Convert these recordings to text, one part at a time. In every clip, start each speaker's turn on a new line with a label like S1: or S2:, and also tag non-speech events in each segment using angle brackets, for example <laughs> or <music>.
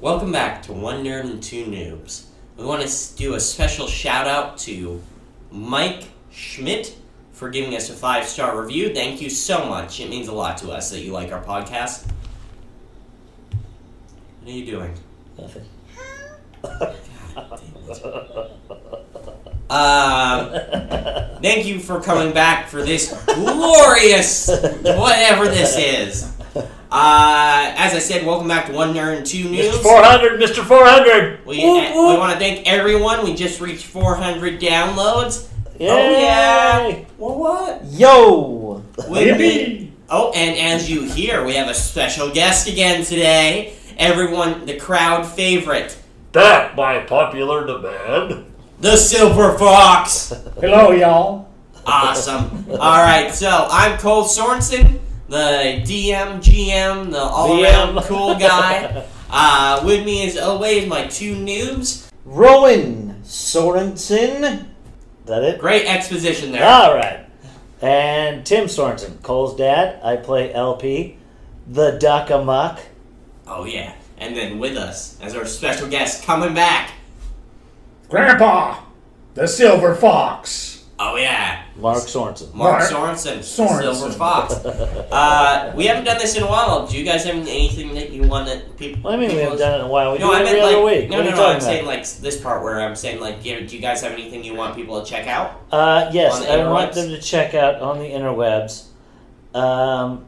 S1: Welcome back to One Nerd and Two Noobs. We want to s- do a special shout out to Mike Schmidt for giving us a five star review. Thank you so much. It means a lot to us that you like our podcast. What are you doing?
S2: Nothing.
S1: Um, thank you for coming back for this glorious whatever this is. Uh, as I said, welcome back to One Nerd and Two Noobs.
S2: Mr. 400, Mr. 400.
S1: We, uh,
S2: Whoop,
S1: we
S2: whoop.
S1: want to thank everyone. We just reached 400 downloads.
S2: Yay.
S1: Well, what?
S3: Yo!
S1: Would
S2: Yippee.
S1: be- oh, and as you hear, we have a special guest again today. Everyone, the crowd favorite,
S2: That by popular demand.
S1: the Silver Fox.
S4: Hello, y'all.
S1: Awesome. All right, so I'm Cole Sorensen, the DM, GM, the all-around
S2: DM.
S1: cool guy. Uh, with me, as always, my two noobs.
S3: Rowan Sorensen.
S2: that it?
S1: Great exposition there.
S2: All right.
S3: And Tim Sorensen, Cole's dad. I play LP, the Duck Amuck.
S1: Oh yeah, and then with us as our special guest coming back.
S4: Grandpa, the silver fox.
S1: Oh yeah,
S3: Mark Sorensen.
S2: <laughs>
S1: Mark,
S4: Mark
S1: Sorensen,
S4: Sorensen.
S1: Silver Fox. Uh, we haven't done this in a while. Do you guys have anything that you want that people?
S3: What do you mean we
S1: people-
S3: haven't done it in a while? We
S1: no,
S3: do it
S1: I meant
S3: every
S1: like
S3: other week.
S1: no,
S3: what
S1: no, no.
S3: are you
S1: I'm
S3: talking
S1: saying
S3: about?
S1: like s- this part where I'm saying like, yeah, do you guys have anything you want people to check out?
S3: uh, yes,
S1: on the
S3: I want
S1: interwebs?
S3: them to check out on the interwebs. Um,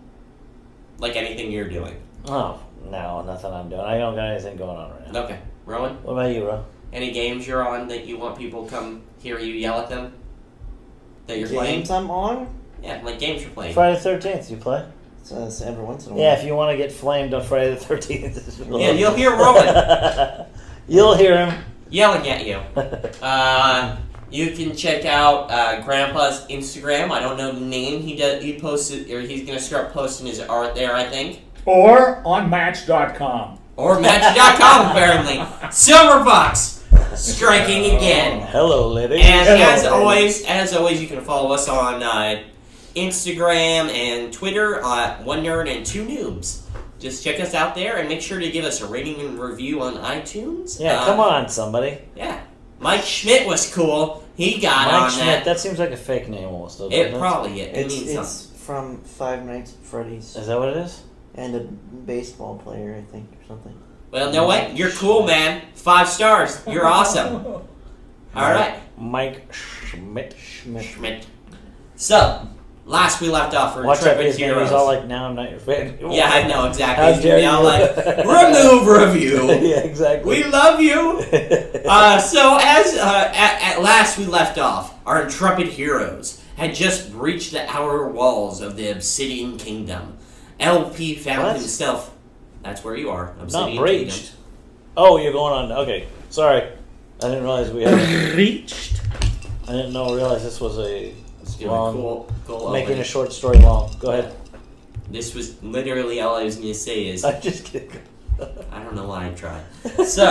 S1: Like anything you're doing?
S3: oh, no, nothing I'm doing. I don't got anything going on right now.
S1: Okay, Rowan.
S3: What about you, Ro?
S1: Any games you're on that you want people to come hear you yell at them? That you're playing?
S5: Games I'm on?
S1: Yeah, like games you're playing.
S3: Friday the 13th, you play?
S1: Mm-hmm.
S5: So that's every once in a while.
S3: Yeah, if you want to get flamed on Friday the <laughs> 13th.
S1: Yeah, you'll hear Rowan
S3: you'll hear him. <laughs>
S1: yelling at you. Uh, you can check out uh, Grandpa's Instagram. I don't know the name. He does. He posted, or he's gonna start posting his art there, I think,
S4: Or on Match.com.
S1: or Magic.com apparently. Silver Fox striking again.
S3: Hello, ladies.
S1: And
S4: Hello,
S1: as
S4: ladies.
S1: always, as always, you can follow us on uh, Instagram and Twitter at One Nerd and Two Noobs. Just check us out there and make sure to give us a rating and review on iTunes.
S3: yeah,
S1: Uh,
S3: come on, somebody.
S1: Yeah, Mike Schmidt was cool. He got on
S3: Mike Schmidt.
S1: that.
S3: That. seems like a fake name almost. doesn't
S1: It probably it, it
S5: It's,
S1: means Uh,
S5: it's from Five Nights at Freddy's
S3: Is that what it is?
S5: and a baseball player, I think, or something.
S1: something. Well, no way. You're cool, man. Five stars.
S3: <laughs>
S1: You're awesome. All right,
S3: Mike Schmidt.
S5: Schmidt.
S1: Schmidt. So, last we left off for
S3: Watch
S1: Intrepid
S3: out, his name.
S1: Heroes.
S3: He's all like, now I'm not your fan.
S1: <laughs>
S3: anymore."
S1: yeah, I know exactly.
S3: How
S1: He's gonna be
S3: dare
S1: all
S3: you.
S1: like, remove review.
S3: <laughs> yeah, exactly.
S1: We
S3: <laughs>
S1: love you. Uh, so as uh, at, at last we left off, our intrepid heroes had just breached the outer walls of the Obsidian Kingdom. LP found
S3: What?
S1: himself. That's where you are.
S3: not
S1: Obsidian Kingdom.
S3: breached. Oh, you're going on. Okay, sorry. I didn't realize we had.
S4: Reached.
S3: I didn't know realize this was a
S1: It's gonna be
S3: long.
S1: cool, cool
S3: Making
S1: opening.
S3: a short story long. Go ahead. <laughs>
S1: This was literally all I was gonna say is
S3: I'm just kidding.
S1: I don't know why I
S3: <laughs>
S1: tried. So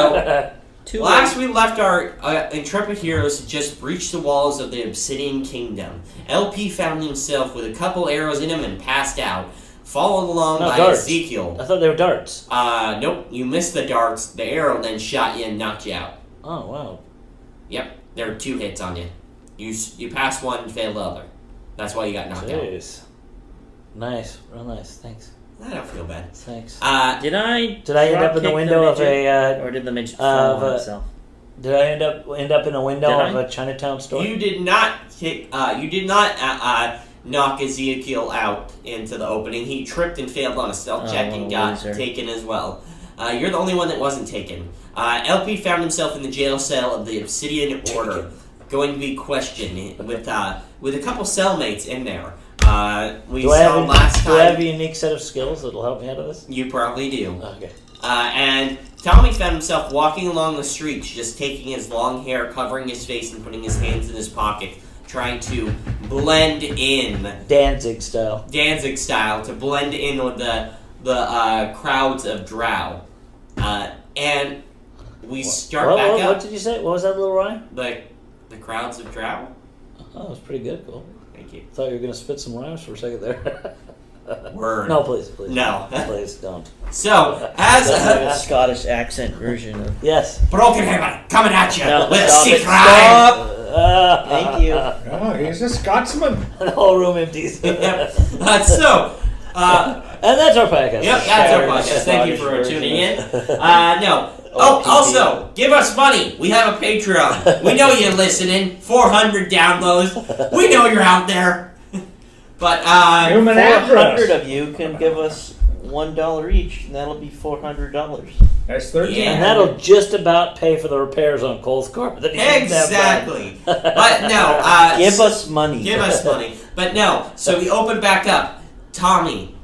S3: Too
S1: last we left our uh, intrepid heroes had just breached the walls of the Obsidian Kingdom. LP found himself with a couple arrows in him and passed out, followed along
S3: No,
S1: by
S3: darts.
S1: Ezekiel.
S3: <laughs> I thought they were darts.
S1: Uh, nope, you missed the darts. The arrow then shot you and knocked you out.
S3: Oh wow.
S1: Yep, there were two hits on you. You s- you passed one, and failed the other. That's why you got knocked out.
S3: Jeez. Nice. Real nice. Thanks.
S1: I don't feel bad.
S3: Thanks.
S1: Uh,
S6: Did I?
S3: Did I end up in the
S6: dropkick
S3: window of a? Uh,
S6: or did the midget
S3: uh,
S6: fall
S3: of a-
S6: on itself?
S3: did I end up end up in a window of
S6: Did I?
S3: a Chinatown store?
S1: you did not kick. Uh, you did not uh, uh, knock Ezekiel out into the opening. He tripped and failed on a stealth
S6: Oh,
S1: check
S6: what
S1: and
S6: a
S1: got
S6: loser.
S1: taken as well. Uh, you're the only one that wasn't taken. Uh, LP found himself in the jail cell of the Obsidian Order, going to be questioned with uh, with a couple cellmates in there. Uh, we
S3: do I
S1: saw
S3: have a,
S1: last
S3: do I have
S1: time.
S3: a unique set of skills that'll help me out of this?
S1: You probably do.
S3: Okay.
S1: Uh, and Tommy found himself walking along the streets, just taking his long hair, covering his face, and putting his hands in his pocket, trying to blend in
S3: Danzig style.
S1: Danzig style to blend in with the the uh, crowds of Drow. Uh, and we start
S3: What,
S1: back
S3: what,
S1: up
S3: what did you say? What was that little rhyme?
S1: the the crowds of Drow.
S3: Oh, that was pretty good. Cool.
S1: Thank you.
S3: Thought you were gonna spit some rhymes for a second there.
S1: Word.
S3: no, please, please.
S1: No.
S3: <laughs> please don't.
S1: So, as
S5: That's <laughs> like a
S1: a
S5: Scottish accent version
S1: <laughs>
S5: of.
S3: Yes.
S1: Brokenhammer coming at you
S5: No,
S1: with a
S5: stop
S1: sea
S5: it.
S1: crime. <laughs>
S3: Uh,
S5: Thank you.
S4: Oh, he's a Scotsman.
S3: <laughs> the whole room
S1: <laughs>
S3: empties.
S1: Yep. Uh, so, uh,
S3: And that's our podcast.
S1: yep, that's our
S5: Scottish-
S1: podcast. Thank you for
S5: Scottish
S1: tuning in.
S3: <laughs>
S5: version
S1: Uh, no. Oh, also, give us money. We have a Patreon. We know you're listening. 400 downloads. We know you're out there. <laughs> But, uh,
S4: Human
S5: Four hundred
S4: address.
S5: of you can give us one dollar each, and that'll be four hundred dollars.
S4: That's 13.
S1: Yeah.
S3: And that'll just about pay for the repairs on Cole's car. That he didn't have <laughs> done.
S1: exactly. But, no. Uh,
S5: Give us money.
S1: Give us money. But no, so we open back up. Tommy,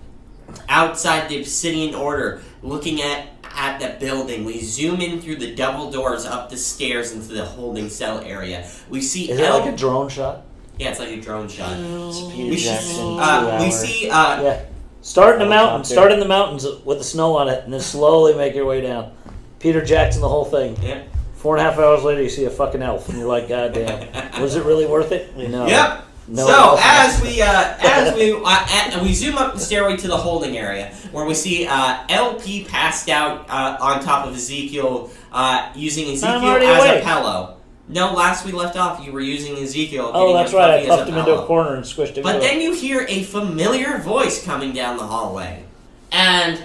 S1: outside the Obsidian Order, looking at at the building. We zoom in through the double doors up the stairs into the holding cell area. We see
S3: Is that
S1: El-
S3: like a drone shot?
S1: yeah, it's like a drone shot.
S5: It's Peter
S1: We,
S5: Jackson.
S1: see,
S5: two
S1: uh, we
S5: hour.
S1: see uh,
S3: Yeah. Start in the mountains.
S5: Helicopter.
S3: Start in the mountains with the snow on it, and then slowly make your way down. Peter Jackson, the whole thing.
S1: yeah.
S3: Four and a half hours later, you see a fucking elf, and you're like, God
S1: <laughs>
S3: damn, was it really worth it? No.
S1: Yep.
S3: No. it
S1: so
S3: wasn't.
S1: as we uh, as we uh, at, we zoom up the stairway to the holding area where we see uh, LP passed out uh, on top of Ezekiel uh, using Ezekiel
S3: already
S1: as
S3: awake.
S1: a pillow. No, last we left off, you were using Ezekiel.
S3: oh,
S1: getting
S3: that's
S1: him
S3: right. I
S1: comfy as
S3: puffed him into
S1: pillow.
S3: a corner and squished him.
S1: But
S3: into a-
S1: then you hear a familiar voice coming down the hallway. And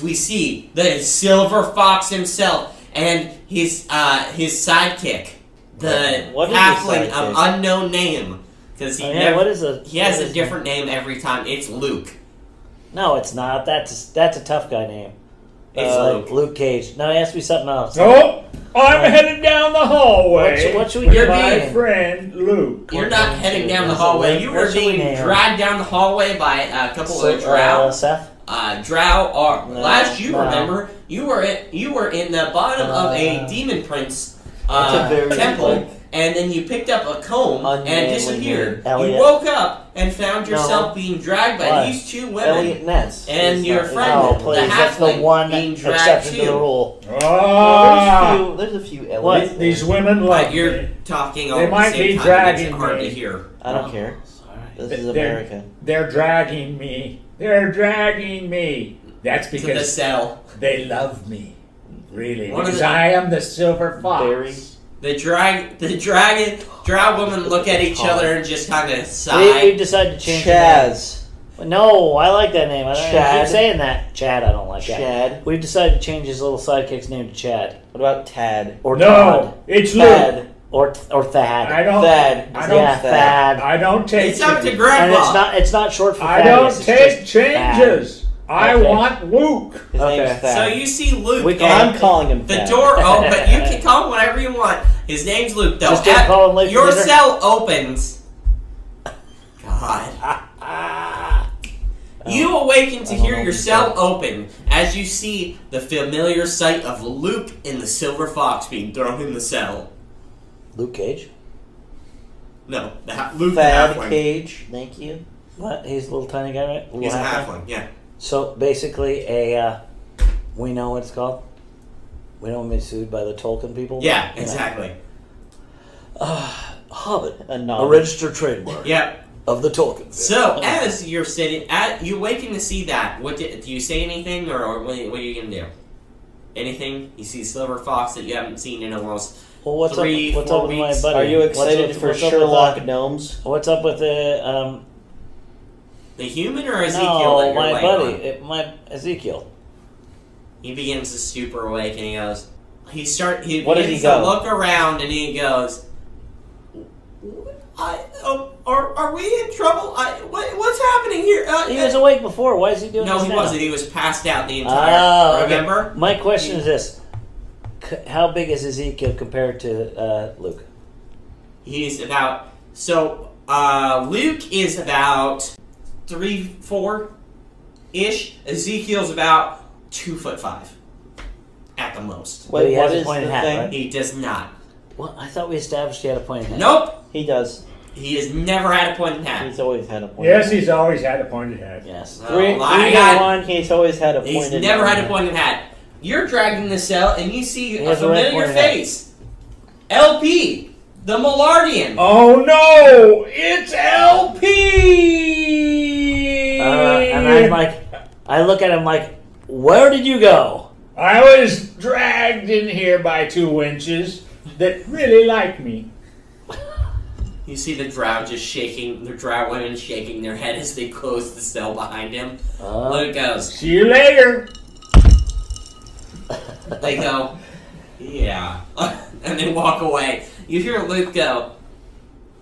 S1: we see the Silver Fox himself and his uh, his sidekick, the
S5: What is his
S1: halfling of
S5: sidekick?
S1: unknown name. Because he,
S3: Oh, yeah,
S1: never-
S3: what is it?
S1: he has a different name every time. It's Luke.
S3: No, it's not. That's that's a tough guy name.
S1: It's
S3: Uh,
S1: Luke.
S3: Luke Cage. No, he asked me something else.
S4: Nope. I'm
S3: Right.
S4: headed down the hallway.
S3: What- what should we
S4: with
S3: get
S4: My
S3: by?
S4: friend Luke.
S1: You're not
S5: Luke
S1: heading
S5: Cage.
S1: down the
S5: Is it
S1: hallway.
S3: Luke?
S1: You were
S3: What's he
S1: being
S3: named?
S1: dragged down the hallway by a couple of
S3: uh,
S1: drow.
S3: Seth.
S1: Uh, drow are
S5: No,
S1: last you
S3: no.
S1: remember you were in, you were in the bottom of a
S3: Uh,
S1: demon prince
S5: That's
S1: uh,
S5: a very,
S1: temple,
S5: like-
S1: and then you picked up a comb and
S5: Unmanly
S1: disappeared.
S3: name.
S1: You
S3: Elliot.
S1: woke up and found yourself being dragged by
S3: Why?
S1: these two women
S5: Elliot Ness.
S1: and
S5: He's
S1: your
S5: not-
S1: friend,
S3: Oh,
S1: the
S3: please. That's the
S1: halfling,
S3: one
S1: being dragged
S3: exception to
S1: too.
S3: the rule.
S4: Ah,
S5: Well, there's a few. There's a few
S3: What?
S5: Elliots.
S4: these women like
S1: But you're talking all
S4: They
S1: at the
S4: might
S1: same
S4: be
S1: time. and It's
S4: dragging
S1: hard
S4: me.
S1: to hear.
S5: I don't care. This is
S4: They're-
S5: America.
S4: They're dragging me. They're dragging me. That's
S1: To the
S4: because
S1: cell,
S4: they love me. Really.
S1: What are
S4: because
S1: they-
S4: I am the silver fox.
S5: Very-
S1: the drag, the dragon, drow women look at each other and just kind of
S3: We,
S1: sigh.
S3: we decided to change the name.
S5: Chaz.
S3: No, I like that name. I, don't, I
S5: Chad.
S3: keep saying that. Chad, I don't like that.
S5: Chad.
S3: We've decided to change his little sidekick's name to Chad.
S5: What about Tad?
S3: Or Todd.
S4: No, it's Luke.
S5: Thad.
S3: Or, th- or Thad.
S4: I
S5: Oh.
S4: don't.
S5: Thad.
S4: I
S5: His
S4: don't-
S3: yeah,
S5: name's Thad.
S3: Thad.
S4: I don't take.
S1: It's up to
S4: changes.
S1: Grandpa.
S3: And it's not it's not short for
S4: I
S3: Thaddeus,
S4: don't
S3: it's
S4: take
S3: just
S4: changes. I
S3: Okay.
S4: want Luke.
S5: His
S3: Okay.
S5: name's Thad.
S1: So you see Luke.
S3: We
S1: and
S3: call
S5: I'm calling him
S1: the
S3: <laughs>
S5: Thad.
S1: door open, but you can call him whatever you want. His name's Luke, though.
S3: Just don't
S1: At-
S3: call him Luke
S1: your
S3: either.
S1: cell opens.
S3: <laughs>
S1: God.
S3: Oh.
S1: You awaken to
S5: I don't
S1: hear
S5: know
S1: your
S5: what's
S1: cell open as you see the familiar sight of Luke and the silver fox being thrown in the cell.
S3: Bad. Luke Cage.
S1: No, that Luke the
S5: Thad
S1: halfling.
S5: Cage. Thank you.
S3: What? He's a little tiny guy, right? Little
S1: He's a
S3: half guy.
S1: halfling. Yeah.
S3: So basically, a uh, we know what it's called. We don't want to be sued by the Tolkien people.
S1: Yeah.
S3: You know.
S1: Exactly.
S3: Hobbit,
S5: A
S3: a
S5: novel.
S3: registered trademark
S1: Yep.
S3: of the Tolkien.
S1: So as you're sitting, at, you waking to see that. What do, do you say anything, or, or what, what are you gonna do? Anything? You see Silver Fox that you haven't seen in almost.
S3: Well, what's
S1: Three,
S3: up? What's
S1: four
S3: up with
S1: weeks.
S3: my buddy?
S5: Are you
S3: What's up-
S5: excited for
S3: what's up
S5: Sherlock
S3: With,
S5: Gnomes?
S3: uh, what's up with the um?
S1: The human or Ezekiel? that
S3: No,
S1: you're
S3: my
S1: laying
S3: buddy,
S1: on?
S3: it, my Ezekiel.
S1: He begins to super awake, and he goes. He start. He
S5: What did
S1: begins
S5: he
S1: to
S5: go?
S1: look around, and he goes. I, um, are, are we in trouble? I, what, what's happening here? Uh,
S3: He
S1: uh,
S3: was awake before. Why is he doing
S1: no,
S3: this
S1: he
S3: now?
S1: wasn't. He was passed out the entire.
S3: Oh, okay.
S1: remember?
S3: My question is this: C- How big is Ezekiel compared to uh, Luke?
S1: He's about. So uh, Luke is about three, four, ish. Ezekiel's about two foot five, at the most.
S3: But he
S5: Wait,
S3: has
S5: what
S3: a
S5: is
S3: pointed
S5: the
S3: hat,
S5: thing?
S3: right?
S1: He does not.
S3: Well, I thought we established he had a pointed hat.
S1: Nope.
S5: He does.
S1: He has never had a point in hat.
S5: He's always had a point.
S4: Yes, he's always had a pointed head.
S3: Yes. Uh,
S1: Oh,
S5: Three,
S1: my
S5: three
S1: God.
S5: to one. He's always had a point.
S1: He's
S5: in
S1: never
S5: him.
S1: had a point in hat. You're dragging the cell, and you see
S3: He
S1: a
S3: has a red
S1: familiar
S3: pointed hat.
S1: face. LP, the Millardian.
S4: Oh no! It's LP.
S3: All Uh, and I'm like, I look at him like, where did you go? <laughs>
S4: I was dragged in here by two wenches that really like me.
S1: You see the drow just shaking, the drow women shaking their head as they close the cell behind him.
S3: Uh,
S1: Luke goes,
S4: See you later.
S1: they go, yeah. <laughs> and they walk away. You hear Luke go,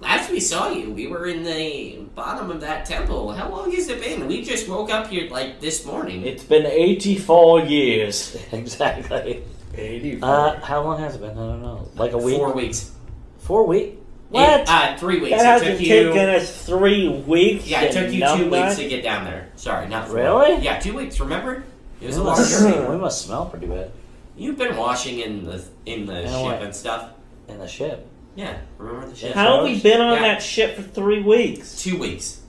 S1: last we saw you, we were in the bottom of that temple. How long has it been? We just woke up here like this morning.
S5: It's been 84 years.
S3: exactly.
S4: 84.
S3: Uh, how long has it been? I don't know. Like a week?
S1: Four weeks.
S3: Four week?
S1: Eight-
S3: What?
S1: uh, three weeks.
S5: That
S1: it took
S5: hasn't
S1: you.
S5: taken us three weeks.
S1: Yeah, it
S5: you
S1: took you two
S5: numbnut.
S1: weeks to get down there. Sorry, not four.
S3: Really?
S1: Yeah, two weeks. Remember, it was
S3: We
S1: a long
S3: must,
S1: journey.
S3: <clears throat> we must smell pretty bad
S1: You've been washing in the in the
S3: You know
S1: ship
S3: what?
S1: and stuff.
S3: in the ship.
S1: Yeah, remember the ship.
S5: How have we been on
S1: Yeah.
S5: that ship for three weeks?
S1: Two weeks.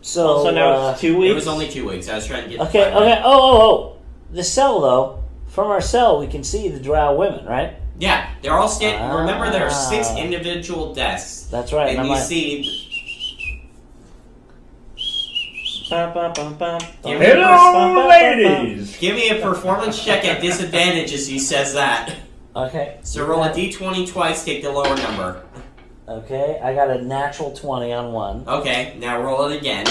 S3: So,
S5: so now
S3: uh,
S5: it's two weeks.
S1: It was only two weeks. I was trying to get.
S3: okay,
S1: the timeline.
S3: okay. Oh, oh, oh. The cell, though, from our cell, we can see the drow women, right?
S1: Yeah, they're all standing. Remember, there are six
S3: Ah.
S1: individual desks,
S3: That's right.
S1: and
S3: I'm
S1: you
S3: like,
S1: see.
S5: Bum, bum, bum, bum.
S1: Give me,
S4: Hello, ladies.
S1: give me a performance check at disadvantage as he says that.
S3: okay.
S1: So roll a d20 twice. Take the lower number.
S3: Okay, I got a natural 20 on one
S1: Okay, now roll it again.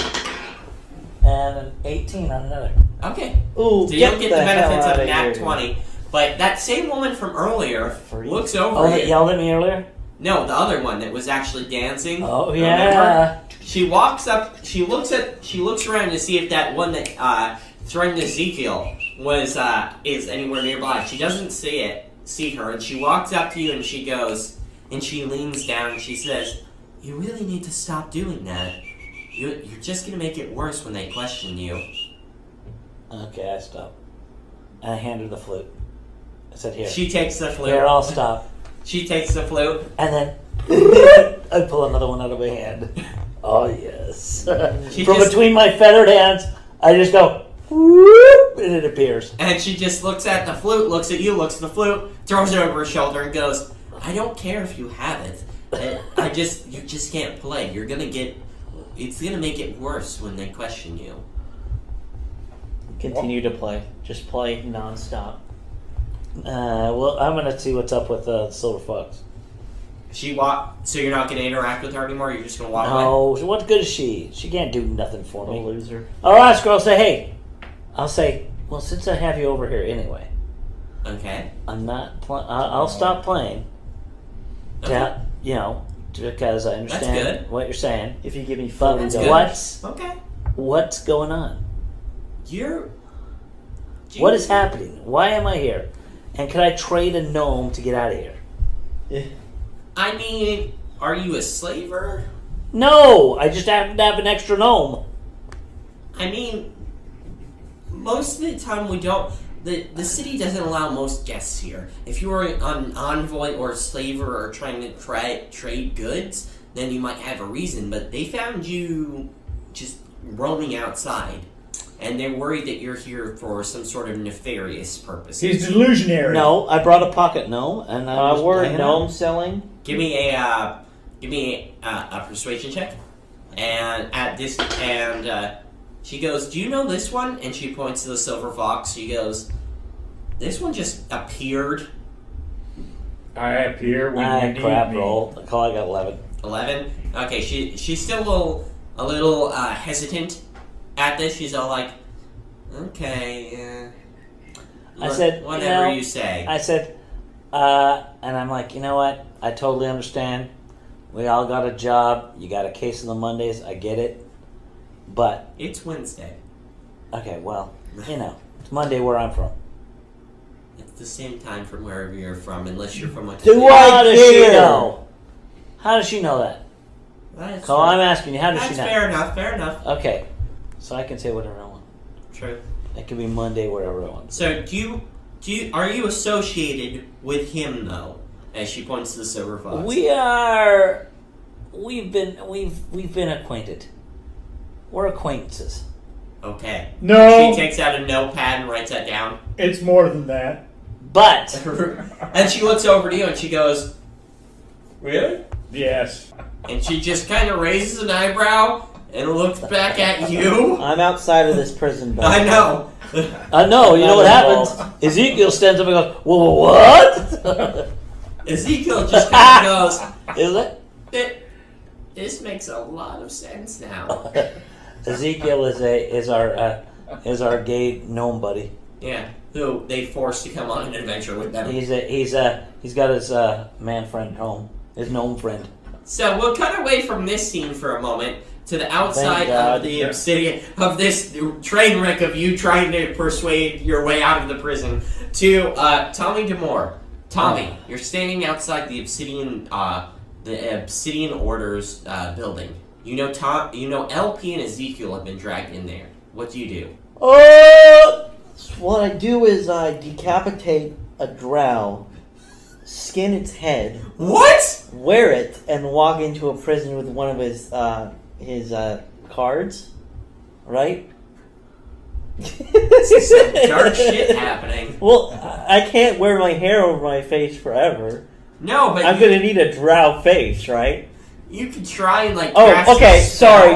S3: and an 18 on another.
S1: Okay,
S5: Ooh,
S1: So you
S5: get
S1: don't get
S5: the,
S1: the, benefits
S5: hell
S1: of
S5: outta
S1: nat
S5: here.
S1: twenty, but that same woman from earlier
S5: Freak.
S1: looks over
S3: Oh,
S1: you.
S3: that yelled at me earlier?
S1: No, the other one that was actually dancing.
S3: Oh,
S1: Remember?
S3: yeah.
S1: She walks up. She looks at. She looks around to see if that one that uh, threatened Ezekiel was uh, is anywhere nearby. She doesn't see it. See her, and she walks up to you, and she goes, and she leans down, and she says, "You really need to stop doing that. You're, you're just gonna make it worse when they question you."
S3: Okay, I stopped. And I handed her the flute. I said, here.
S1: She takes the flute.
S3: Here, I'll stop.
S1: She takes the flute.
S3: And then
S1: <laughs>
S3: I pull another one out of my hand. Oh yes.
S1: She
S3: From
S1: just-
S3: between my feathered hands, I just go whoop, and it appears.
S1: And she just looks at the flute, looks at you, looks at the flute, throws it over her shoulder, and goes, "I don't care if you have it. I, I just you just can't play. You're gonna get. It's gonna make it worse when they question you."
S5: Continue to play. Just play nonstop.
S3: Uh, well, I'm gonna see what's up with uh, Silver Fox.
S1: She walk. So you're not gonna interact with her anymore. You're just gonna walk away.
S3: No, what good is she? She can't do nothing for
S5: What a
S3: me.
S5: loser.
S3: I'll ask her. I'll say, hey. I'll say, well, since I have you over here anyway,
S1: Okay.
S3: I'm not. Pl- I- I'll stop playing.
S1: Okay.
S3: Yeah, you know, because I understand
S1: good.
S3: what you're saying.
S5: If you give me
S3: But
S5: forty
S1: That's
S5: dollars.
S1: good.
S3: what's
S1: Okay.
S3: what's going on?
S1: You're.
S3: What is happening? Why am I here? And can I trade a gnome to get out of here?
S1: I mean, are you a slaver?
S3: No, I just happen to have an extra gnome.
S1: I mean, most of the time we don't. The, the city doesn't allow most guests here. If you are an envoy or a slaver or trying to try, trade goods, then you might have a reason, but they found you just roaming outside. And they're worried that you're here for some sort of nefarious purpose.
S4: He's delusionary.
S3: No, I brought a pocket gnome, and I
S5: Uh,
S3: was
S5: we're
S3: hanging
S5: gnome
S3: out.
S5: selling.
S1: Give me a uh, give me a, a persuasion check, and at this and uh, she goes, "Do you know this one?" And she points to the silver fox. She goes, "This one just appeared."
S4: I appear when
S3: Ah,
S4: you need
S3: crap
S4: me.
S3: roll. The call I got eleven.
S1: Eleven. Okay, she she's still a little a little uh, hesitant at this. She's all like, "Okay." Uh,
S3: I
S1: wha-
S3: said, you
S1: whatever
S3: know,
S1: you say.
S3: I said, uh, and I'm like, you know what? I totally understand. We all got a job. You got a case on the Mondays. I get it. But
S1: it's Wednesday.
S3: okay, well, you know, it's Monday where I'm from.
S1: It's the same time from wherever you're from, unless you're from like.
S5: Do I
S3: How does she
S5: care?
S3: know? How does she know that?
S1: That's,
S3: So I'm asking you, how does
S1: that's
S3: she know?
S1: fair enough. Fair enough.
S3: Okay, so I can say whatever I want.
S1: True.
S3: It can be Monday, wherever I want.
S1: So do you do you, are you associated with him though? As she points to the silver fox.
S3: We are, we've been, we've we've been acquainted. We're acquaintances.
S1: okay.
S4: No,
S1: She takes out a notepad and writes that down. <laughs>
S4: it's more than that.
S3: But
S1: and she looks over to you and she goes, "Really?"
S4: Yes.
S1: And she just kind of raises an eyebrow and looks back at you.
S5: I'm outside of this prison bell.
S1: I know. <laughs>
S3: Uh, no, you know
S5: Not
S3: what
S5: involved.
S3: happens? Ezekiel stands up and goes, "Whoa, what?" <laughs>
S1: Ezekiel just kind of goes,
S3: Is it?
S1: "Th- This makes a lot of sense now.
S3: Ezekiel is a is our uh, is our gay gnome buddy.
S1: Yeah, who they forced to come on an adventure with them.
S3: He's a he's a he's got his uh, man friend home, his gnome friend.
S1: So we'll cut away from this scene for a moment to the outside
S3: Thank
S1: of
S3: God.
S1: the obsidian of this train wreck of you trying to persuade your way out of the prison to uh, Tommy Demore. Tommy, you're standing outside the obsidian uh, the obsidian orders uh, building. You know Tom. You know LP and Ezekiel have been dragged in there. What do you do?
S5: Oh! What I do is I decapitate a drow, skin its head,
S1: What?
S5: wear it, and walk into a prison with one of his uh, his uh, cards, right? <laughs>
S1: Some dark shit happening.
S5: Well, I I can't wear my hair over my face forever.
S1: No, but
S5: I'm
S1: you,
S5: gonna need a drow face, right?
S1: you could try and like. cast a
S5: Oh, okay. Sorry.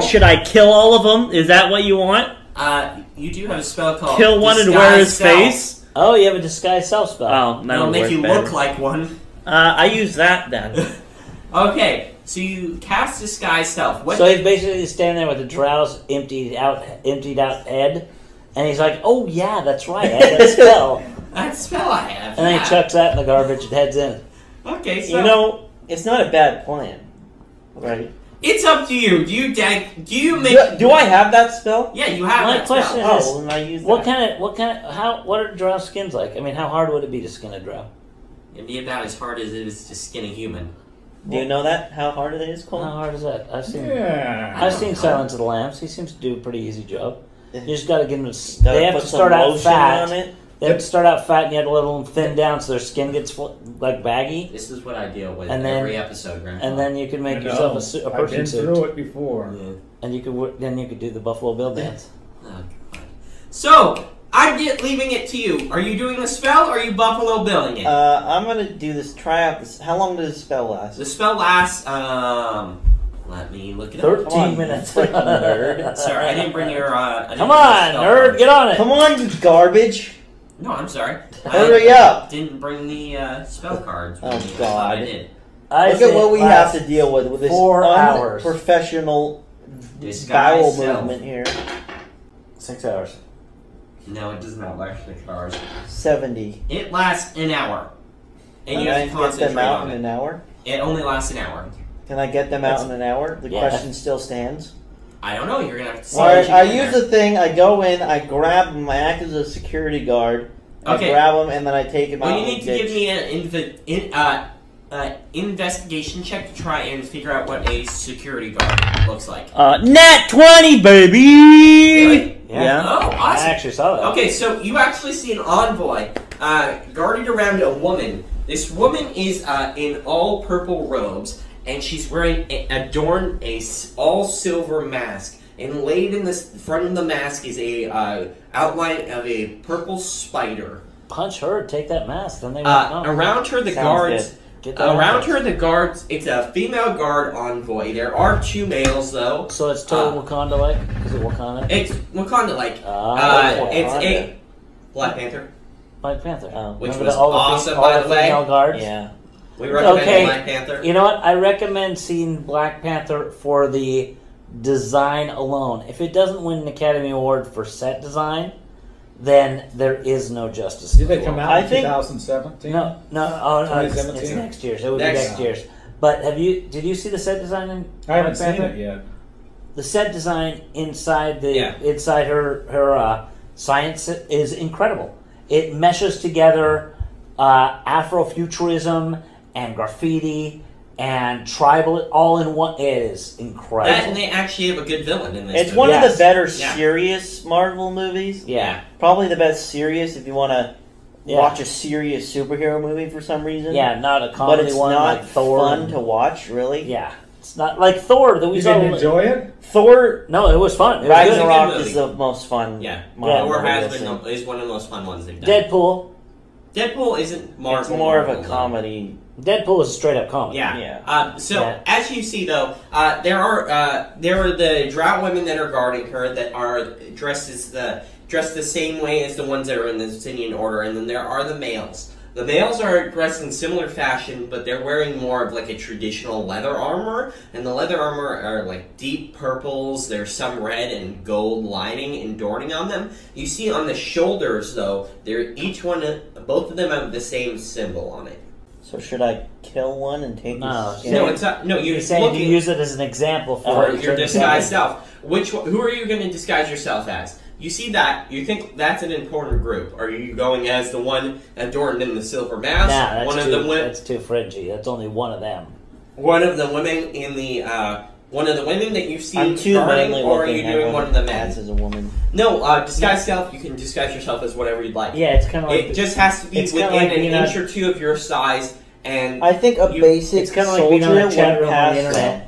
S1: spell.
S5: Should I kill all of them? Is that what you want?
S1: Uh, you do have a spell called
S5: kill one and
S1: Oh, Disguise
S5: wear his
S1: Self.
S5: face?
S3: Oh, you have a disguise self spell.
S5: Oh,
S1: That'll
S5: that'll
S1: make
S5: work
S1: you
S5: better.
S1: look like one.
S5: Uh, I use that then.
S1: Okay, so you cast disguise self. What?
S3: so he's basically standing there with a drow's emptied out emptied out head, and he's like, "Oh yeah, that's right, I had that <laughs> spell."
S1: that spell I have.
S3: And then
S1: yeah.
S3: he chucks that in the garbage and heads in.
S1: Okay, so
S5: you know, it's not a bad plan, right?
S1: it's up to you. Do you dag- Do you make?
S5: Do, do I have that spell?
S1: Yeah, you have.
S3: My
S1: that spell.
S3: question is-
S5: Oh, and I use
S3: What
S5: that.
S3: kind of what kind of how what are drow skins like? I mean, how hard would it be to skin a drow?
S1: It'd be about as hard as it is to skin a human.
S5: Do you know that? How hard it is,
S3: How
S5: Cole?
S3: hard is that? I've seen
S4: Yeah.
S3: I've seen Silence of the Lambs. He seems to do a pretty easy job. You just got to give them.
S5: Gotta
S3: They have
S5: put
S3: to
S5: some
S3: start out
S5: lotion
S3: fat.
S5: on it.
S3: They have to start out fat, and you have to let them thin down so their skin gets fl- like baggy,
S1: This is what I deal with
S3: And then-
S1: every episode, Grandpa.
S3: and then you can make
S4: I
S3: yourself
S4: know.
S3: a, su- a
S4: I've
S3: person
S4: been
S3: suit,
S4: through it before.
S1: Yeah.
S3: and you could wo- then you could do the Buffalo Bill dance.
S1: Oh, God. So I'm get leaving it to you. Are you doing the spell, or are you Buffalo Billing it?
S5: Uh, I'm gonna do this. Try out this. How long does the spell last?
S1: the spell lasts. Um, let me look it up.
S3: Thirteen
S5: Come on, you
S3: minutes. <laughs>
S5: freaking nerd.
S1: Sorry, I didn't bring your. Uh, I didn't
S3: Come
S1: bring your
S3: on,
S1: spell
S3: nerd,
S1: card.
S3: get on it.
S5: Come on, you garbage!
S1: No, I'm sorry.
S5: <laughs> Hurry up!
S1: Didn't bring the uh, spell cards.
S5: Oh,
S1: with me. I thought
S5: God.
S1: I did.
S3: I
S5: Look at
S3: say
S5: what we
S3: last-
S5: have to deal with with this
S3: four hours.
S5: unprofessional
S1: Disguise
S5: bowel
S1: self.
S5: movement here.
S3: Six hours.
S1: No, it does not last six hours.
S5: Seventy.
S1: It lasts an hour, and you
S5: Can
S1: have to
S5: I get them
S1: concentrate
S5: out
S1: on
S5: in
S1: it.
S5: an hour?
S1: It only lasts an hour.
S5: Can I get them out in an hour? The
S3: Yeah.
S5: question still stands.
S1: I don't know. You're gonna have to. see
S5: All right,
S1: what
S5: I
S1: you
S5: use the thing. I go in. I grab them. I act as a security guard.
S1: Okay.
S5: I grab them and then I take them
S1: Well,
S5: out.
S1: you need
S5: and
S1: to
S5: ditch.
S1: give me an inv- in, uh, uh, investigation check to try and figure out what a security guard looks like.
S5: uh, nat twenty, baby.
S1: Really?
S3: Yeah.
S1: Oh,
S3: I
S1: awesome.
S3: actually saw that.
S1: Okay, so you actually see an envoy uh, guarded around a woman. This woman is uh, in all purple robes, and she's wearing a, adorned a s- all silver mask. And laid in the s- front of the mask is a uh, outline of a purple spider.
S3: Punch her, take that mask, then they
S1: Uh,
S3: won't know.
S1: around her, the
S5: Sounds
S1: guards. uh,
S3: Get that
S1: Around
S3: mask.
S1: her, the guards. It's a female guard envoy. There are two males though.
S3: So it's
S1: Ah.
S3: total Wakanda like? Is it Wakanda?
S1: It's Wakanda like.
S3: Ah,
S1: Uh,
S5: Wakanda.
S1: it's a Black Panther.
S3: Black Panther.
S5: Oh.
S1: Which
S3: Remember
S1: was
S3: the, all the,
S1: awesome,
S3: all
S1: by
S3: the
S1: the way.
S3: female guards?
S5: Yeah.
S1: We recommend
S3: Okay.
S1: Black Panther.
S3: You know what? I recommend seeing Black Panther for the design alone. If it doesn't win an Academy Award for set design, then there is no justice.
S4: Did
S3: in the
S4: they come
S3: world.
S4: out
S5: I
S4: in
S5: think-
S4: 2017?
S3: No, no, oh, no it's, it's
S4: 2017?
S3: next year's. It would
S1: Next-
S3: be next year's. But have you? Did you see the set design in
S4: I
S3: Black
S4: haven't seen
S3: Panther?
S4: it yet.
S3: the set design inside the
S1: Yeah.
S3: inside her her uh, science is incredible. It meshes together uh, Afrofuturism and graffiti and tribal all in one. It is
S1: That, and
S3: incredible.
S1: they actually have a good villain in this.
S5: It's
S1: movie.
S5: one of
S3: Yes.
S5: the better
S1: Yeah.
S5: serious Marvel movies.
S3: yeah,
S5: Probably the best serious if you want to
S3: Yeah.
S5: watch a serious superhero movie for some reason.
S3: yeah, not a
S5: But
S3: comedy
S5: it's
S3: one
S5: not
S3: like Thor.
S5: fun to watch, really.
S3: yeah, it's not like Thor that we
S4: You
S3: saw.
S4: didn't enjoy it?
S5: Thor
S3: no, it was fun. It was good.
S1: Ragnarok
S5: Ragnarok
S1: movie.
S5: is the most fun.
S1: Yeah.
S5: Marvel
S1: Thor
S5: movie
S1: has
S5: I've
S1: been
S5: seen.
S1: the- is one of the most fun ones they've done.
S3: Deadpool.
S1: Deadpool isn't Marvel.
S5: it's more of a
S1: Marvel.
S5: comedy.
S3: Deadpool is a straight up comedy.
S1: Yeah.
S5: Yeah.
S1: Uh, so
S3: Yeah.
S1: as you see, though, uh, there are uh, there are the drought women that are guarding her that are dressed as the dressed the same way as the ones that are in the Zinian order, and then there are the males. The males are dressed in similar fashion, but they're wearing more of like a traditional leather armor, and the leather armor are like deep purples. There's some red and gold lining and adorning on them. You see on the shoulders, though, they're each one, both of them have the same symbol on it.
S5: So should I kill one and take
S3: No,
S5: his skin?
S1: No, it's not. No, you're
S3: You're saying
S1: looking.
S3: you use it as an example for
S5: Oh,
S1: or your
S3: certain
S1: disguised
S3: things.
S1: self. Which one- who are you going to disguise yourself as? You see that you think that's an important group. Are you going as the one adorned in the silver
S3: Nah,
S1: mask?
S3: that's
S1: one
S3: too,
S1: of the wo-
S3: that's too fringy. That's only one of them.
S1: one of the women in the uh, one of the women that you've seen
S5: I'm too
S1: burning,
S5: manly
S1: or are
S5: looking
S1: you
S5: at
S1: doing one of the men?
S5: As is a woman.
S1: No, uh, disguise self. You can disguise yourself as whatever you'd like.
S3: Yeah, it's kind of like
S1: It just has to be
S3: It's
S1: within
S3: kinda like
S1: an
S3: being
S1: inch or two of your size, and
S5: I think a
S1: You-
S5: basic
S3: it's kinda like
S5: soldier
S3: being on a chat
S5: would
S3: room on the
S5: pass.
S3: internet.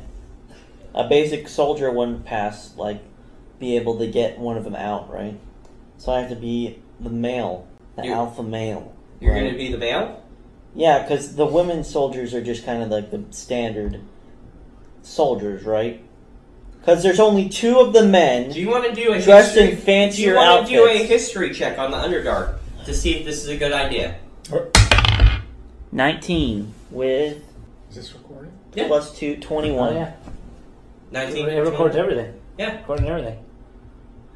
S5: A basic soldier wouldn't pass, like, be able to get one of them out, right? So I have to be the male, the
S1: You're-
S5: alpha male.
S1: you're
S5: right?
S1: going to be the male.
S5: Yeah, because the women soldiers are just kind of like the standard soldiers, right? Because there's only two of the
S1: Do
S5: men
S1: you want to do a
S5: dressed
S1: history?
S5: in
S1: Do you
S5: fancier
S1: want to
S5: outfits.
S1: do a history check on the Underdark to see if this is a good idea?
S5: 19 with
S4: Is this recording?
S1: Yeah.
S5: plus two, 21.
S3: Oh, yeah.
S1: 19.
S3: It records everything.
S1: Yeah.
S3: Recording everything.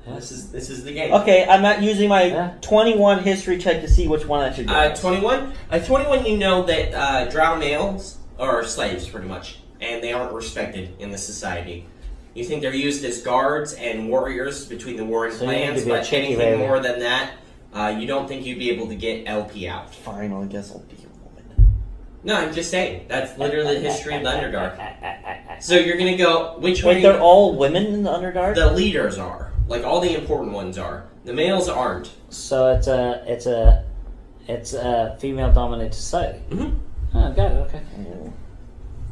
S1: This is this is the game.
S5: Okay, I'm not using my
S3: Yeah.
S5: 21 history check to see which one I should do.
S1: Uh, 21. Uh, 21. You know that uh, drow males are slaves, pretty much, and they aren't respected in the society. You think they're used as guards and warriors between the warring
S3: So you need to
S1: clans,
S3: be a
S1: but
S3: chicky
S1: anything
S3: baby.
S1: more than that, uh, you don't think you'd be able to get LP out.
S5: Fine, I guess I'll be a woman.
S1: No, I'm just saying that's literally the history of the Underdark.
S3: Underdark.
S1: So you're gonna go which one?
S5: Wait,
S1: are
S5: they're
S1: you-
S5: all women in the Underdark?
S1: the leaders are like all the important ones are. The males aren't.
S3: So it's a it's a it's a female dominated society.
S1: Mhm.
S3: Oh, got it. Okay.
S5: Mm.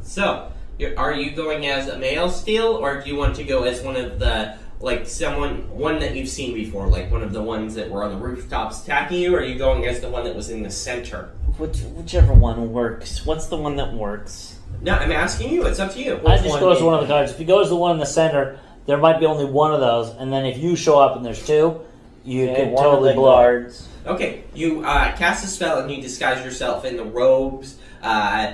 S1: So, you're, are you going as a male steel, or do you want to go as one of the like someone one that you've seen before, like one of the ones that were on the rooftops attacking you, or are you going as the one that was in the center?
S5: Which, whichever one works. What's the one that works?
S1: No, I'm asking you. It's up to you.
S3: I
S5: Which
S3: just
S5: one
S3: go as
S5: is-
S3: one of the cards. If you go as the one in the center, there might be only one of those, and then if you show up and there's two, you
S5: Okay,
S3: can
S5: one of
S3: totally
S5: the
S3: blow. it.
S5: guards.
S1: Okay, you uh, cast a spell and you disguise yourself in the robes. Uh,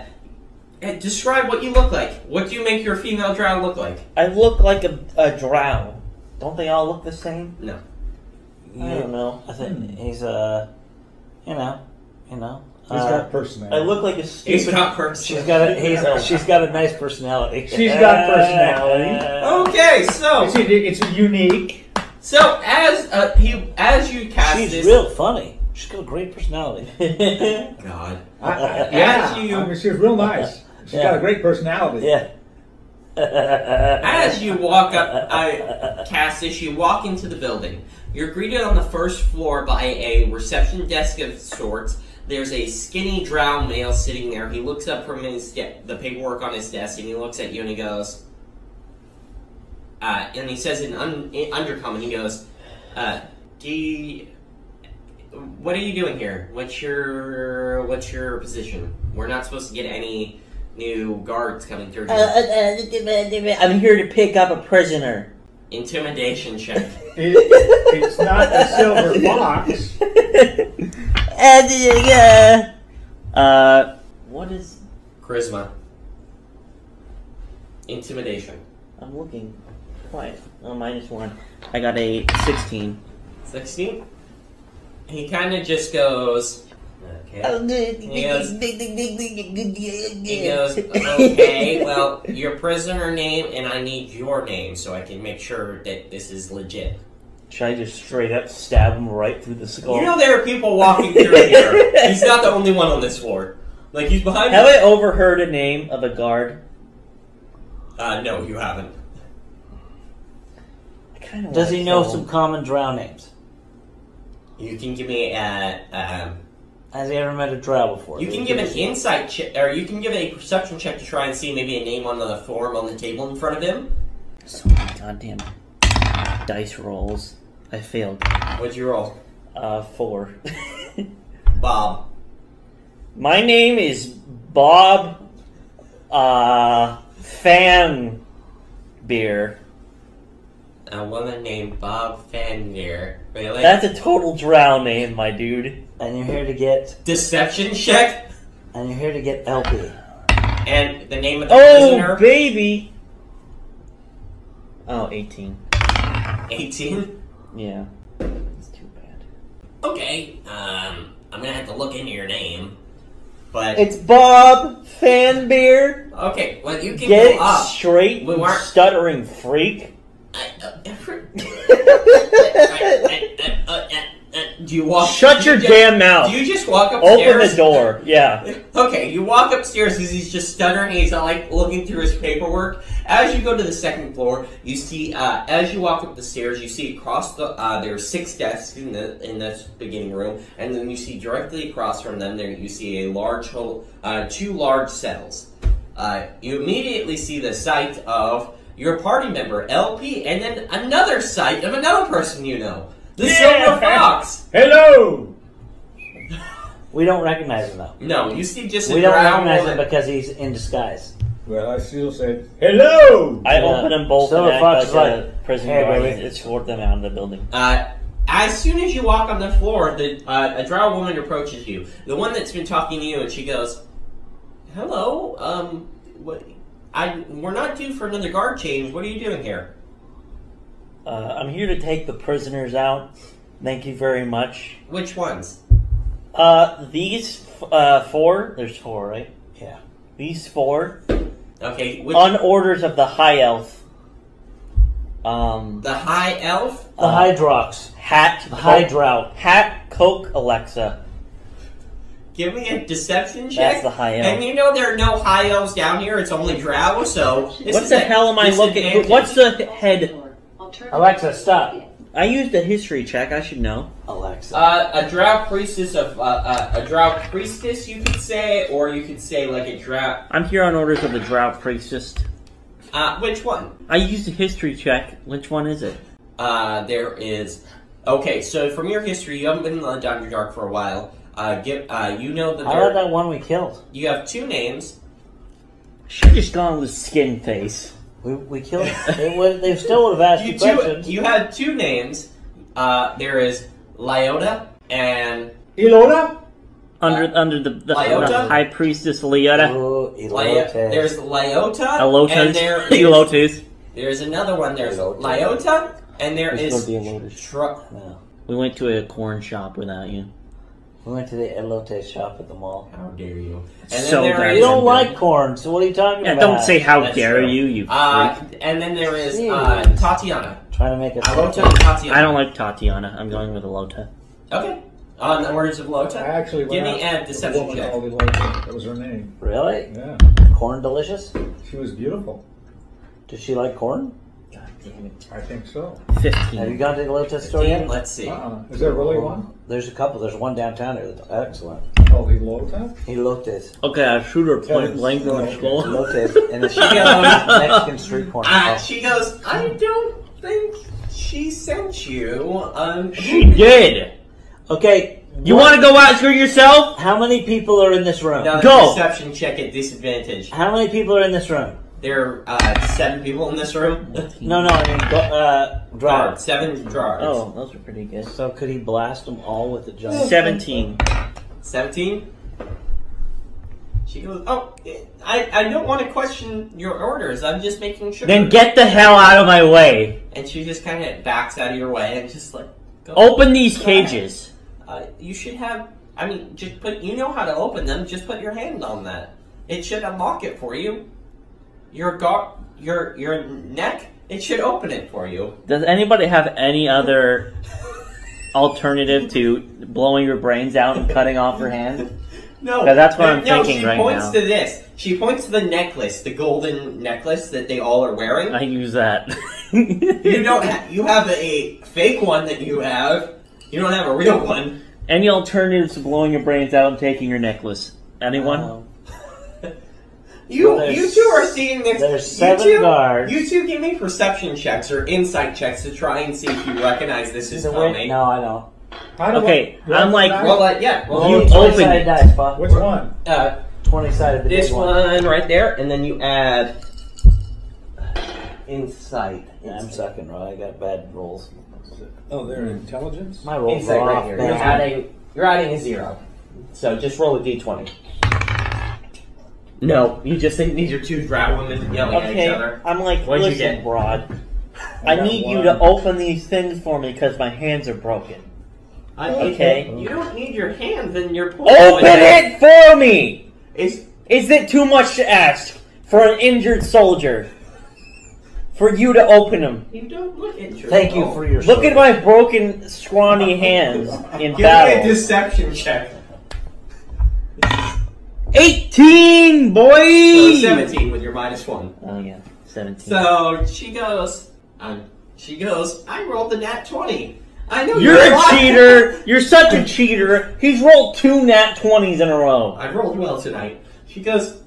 S1: and describe what you look like. What do you make your female drow look like?
S5: I look like a, a drow. Don't they all look the same?
S1: No.
S5: I uh, don't know.
S3: I think he's a, you know, you know.
S4: He's
S3: uh,
S4: got personality.
S5: I look like a
S1: He's
S5: stupid.
S1: not person.
S3: She's got a he's, she's got a nice personality. <laughs>
S4: She's got personality.
S1: Oh, Okay, so
S4: It's, it's unique.
S1: so as uh, you as you cast
S3: She's
S1: this,
S3: real funny. She's got a great personality.
S5: yeah,
S1: God.
S4: I-
S1: As
S4: yeah,
S1: you-
S4: I mean, she's real nice. She's
S3: Yeah.
S4: got a great personality.
S3: Yeah.
S1: As you walk up, I cast this, you walk into the building. You're greeted on the first floor by a reception desk of sorts. There's a skinny drow male sitting there. He looks up from his de- the paperwork on his desk and he looks at you and he goes, uh, and he says in, un- in undercommon, he goes, uh, do you- what are you doing here? What's your what's your position? We're not supposed to get any new guards coming through.
S5: Uh,
S1: Here.
S5: uh, uh, <laughs> I'm here to pick up a prisoner. <laughs>
S1: Intimidation check.
S4: It- it's not a silver box.
S5: And, uh, uh, uh, what is?
S1: Charisma. Intimidation.
S5: I'm looking quiet. Oh, minus one. I got a sixteen.
S1: 16? He kind of just goes.
S5: Oh,
S3: Oh,
S1: Okay. goes- He
S3: <laughs>
S1: goes, okay, well, your prisoner name, and I need your name so I can make sure that this is legit.
S5: Should I just straight up stab him right through the skull?
S1: You know, there are people walking through here. He's not the only one on this floor. Like, he's behind
S5: Have
S1: you.
S5: I overheard a name of a guard?
S1: Uh, no, you haven't.
S5: I kinda
S3: Does
S5: wanna
S3: he know
S5: kill
S3: some
S5: him.
S3: common drow names?
S1: You can give me a. Um,
S3: Has he ever met a drow before?
S1: you can give an insight check, or you can give a perception check to try and see maybe a name on the form on the table in front of him.
S5: So many goddamn dice rolls. I failed.
S1: What'd you roll?
S5: Uh, four.
S1: Bob,
S5: <laughs> My name is Bob uh, Fan Beer.
S1: A woman named Bob Fandir. Really?
S5: That's a total drow name, my dude.
S3: And you're here to get
S1: Deception check?
S3: and you're here to get LP.
S1: And the name of the
S5: Oh,
S1: prisoner?
S5: baby! Oh, 18.
S1: 18?
S5: Yeah. That's too bad.
S1: Okay, um, I'm gonna have to look into your name. But,
S5: It's Bob Fan Beer.
S1: okay, well, you can
S5: Get
S1: go
S5: it
S1: up.
S5: straight,
S1: We
S5: you
S1: weren't-
S5: stuttering freak.
S1: I- uh, I- I- I- uh, uh, uh, Do you walk?
S5: Shut
S1: do
S5: your
S1: you just-
S5: damn mouth.
S1: Do you just walk upstairs?
S5: Open the door. Yeah.
S1: Okay, you walk upstairs because he's just stuttering. He's not like looking through his paperwork. As you go to the second floor, you see. Uh, as you walk up the stairs, you see across the. Uh, there are six desks in the in this beginning room, and then you see directly across from them. There you see a large hole, uh, two large cells. Uh, you immediately see the sight of your party member LP, and then another sight of another person you know,
S3: <laughs>
S1: the
S4: Yeah.
S1: Silver Fox.
S4: Hello!
S3: We don't recognize him though.
S1: No, you see just a
S3: We don't
S1: brown
S3: recognize him
S1: woman.
S3: because he's in disguise.
S4: Well, I still said, hello!
S5: I
S3: Yeah.
S5: open them both
S3: Silver
S5: and act
S3: Fox is
S5: like
S3: like,
S5: a prison
S3: "Hey,
S5: guard
S3: baby."
S5: and escort them out of the building.
S1: Uh, as soon as you walk on the floor, the, uh, a drow woman approaches you. The one that's been talking to you, and she goes, "Hello, um, what? I we're not due for another guard change. What are you doing here?"
S5: Uh, I'm here to take the prisoners out. Thank you very much.
S1: Which ones?
S5: Uh, these f- uh, four, there's four, right?
S3: Yeah.
S5: These four,
S1: Okay, which
S5: on orders of the High Elf, um,
S1: the high elf?
S3: The
S5: Uh,
S3: Hydrox.
S5: Hat,
S3: The Hydrout.
S5: Coke, Hat, Coke, Alexa.
S1: Give me a deception
S5: That's
S1: check.
S5: the High Elf.
S1: and you know there are no high elves down here. It's only drow. So this
S5: What
S1: is
S5: the
S1: a
S5: hell am I looking?
S1: disadvantage.
S5: What's the head?
S3: Alexa, stop.
S5: I used a history check. I should know.
S3: Alexa.
S1: Uh, a drow priestess of uh, uh, a drow priestess, you could say, or you could say like a drow.
S5: I'm here on orders of the Drought Priestess.
S1: Uh, which one?
S5: I used a history check. Which one is it?
S1: Uh, there is. Okay, so from your history, you haven't been on Doctor Dark for a while. Uh, give, uh, you know that
S3: I love
S1: there,
S3: that one we killed.
S1: you have two names.
S5: Should just gone with skin face.
S3: We, we killed. they, would, they still would have asked
S1: You
S3: you
S1: two,
S3: questions.
S1: you had two names. Uh, there is Lyota and
S4: Ilona?
S5: Under under the, the,
S1: Lyota?
S5: the high priestess Leota.
S3: Ooh,
S1: Ly-
S3: elote.
S1: there's Lyota and
S5: Elotus.
S1: there
S5: <laughs>
S1: is,
S5: Elotus.
S1: there's another one. There's
S3: Elota.
S1: Lyota and there
S5: There's
S1: is
S5: gonna be a Lotus.
S1: Tro-
S3: No.
S5: We went to a corn shop without you.
S3: We went to the elote shop at the mall.
S1: How dare you? And
S5: So
S1: then there
S5: bad.
S3: You
S1: is
S3: don't
S5: Something.
S3: like corn, so what are you talking
S5: Yeah,
S3: about?
S5: don't say how
S1: That's
S5: dare
S1: true.
S5: you, you
S1: uh, and then there is uh,
S3: Jeez.
S1: Tatiana.
S3: Trying to make us.
S1: Lyota and
S5: freak.
S1: Tatiana.
S5: I don't like Tatiana. I'm going with Elota.
S1: Okay. On the orders of Lota.
S4: I actually
S1: Give
S4: went
S1: me
S4: out
S1: a
S4: to the
S1: deception
S4: woman
S1: check.
S4: called Ilona. That was her name.
S3: Really?
S4: Yeah.
S3: Corn delicious?
S4: She was beautiful.
S3: Does she like corn?
S4: I think so.
S3: Have you
S5: Fifteen.
S3: gone to the elote store yet?
S1: Let's see.
S4: Uh-uh. Is there really one
S3: There's a couple. There's one downtown here that's excellent.
S4: called Ilona?
S5: <laughs>
S3: Elotes.
S5: Okay, I shoot her
S4: Yeah,
S5: point
S4: it's
S5: blank in the
S4: so-
S5: skull.
S3: Elotes. And it's
S1: She goes-
S3: Mexican street corn.
S1: Uh,
S5: Ah.
S1: she goes, I don't think she sent you. Um,
S5: She did.
S3: Okay.
S5: You want to go out and screw yourself?
S3: How many people are in this room?
S1: Now,
S5: Go.
S1: Perception check at disadvantage.
S3: How many people are in this room?
S1: There are uh, seven people in this room. <laughs>
S3: No, no, I mean, go- uh,
S1: Guards.
S3: guards.
S1: Seven guards.
S5: Oh, those are pretty good.
S3: So could he blast them all with the jump?
S5: Seventeen.
S1: 17? She goes, Oh, I, I don't want to question your orders. I'm just making sure.
S5: Then get the hell out of my way.
S1: and she just kind of backs out of your way and just like, go.
S5: Open these cages.
S1: Uh, you should have. I mean, just put. You know how to open them. Just put your hand on that. It should unlock it for you. Your gar, your your neck. It should open it for you.
S5: Does anybody have any other alternative to blowing your brains out and cutting off your hand?
S1: No,
S5: Yeah, that's what I'm
S1: no,
S5: thinking
S1: she
S5: right
S1: points
S5: now.
S1: to this. She points to the necklace, the golden necklace that they all are wearing.
S5: I use that.
S1: You don't. Ha- you have a fake one that you have. You don't have a real one.
S5: <laughs> Any alternatives to blowing your brains out and taking your necklace? Anyone?
S3: Um,
S1: You
S3: Well,
S1: you
S3: there's-
S1: two are seeing this.
S3: there's
S1: you
S3: seven
S1: two-
S3: guards.
S1: You two give me perception checks or insight checks to try and see if you recognize this is
S3: So wait-
S1: coming.
S3: no, I don't.
S4: How do
S6: Okay,
S4: I- do I
S6: I'm like-
S4: die?
S1: Roll that, uh, yeah. Roll
S5: You
S1: you,
S5: open
S3: sided
S5: it.
S3: dice, Bob.
S4: Which one?
S1: uh,
S3: Twenty sided the
S1: this
S3: big one.
S1: one right there, and then you add uh, insight.
S5: Yeah, I'm sucking, Rod. I got bad rolls.
S4: Oh, they're intelligence.
S3: My rolls
S1: Insight
S3: are
S1: right
S3: off.
S1: here. You're
S3: man.
S1: adding, you're adding a zero. So just roll a d20. No, you just think these are two drat women yelling
S5: Okay,
S1: at each other.
S5: I'm like,
S1: What'd you
S5: listen,
S1: get?
S5: Rod. I
S4: got
S5: need you
S4: one.
S5: to open these things for me because my hands are broken. Okay.
S1: You don't need your hands and your pulse.
S5: Open it for me!
S1: It's
S5: Is it too much to ask for an injured soldier? For you to open them.
S1: you don't look at your.
S3: Thank you for your.
S5: Look at
S3: service.
S5: my broken, scrawny hands
S7: Give
S5: in
S7: me a
S5: battle.
S7: deception check.
S5: 18,
S1: So
S5: boy!
S1: Seventeen with your minus one.
S5: Oh, yeah. 17.
S1: So she goes. Um, she goes. I rolled a nat twenty. I know
S5: You're a
S1: lying."
S5: cheater! You're such a cheater! He's rolled two nat 20s in a row.
S1: I rolled well tonight. She goes,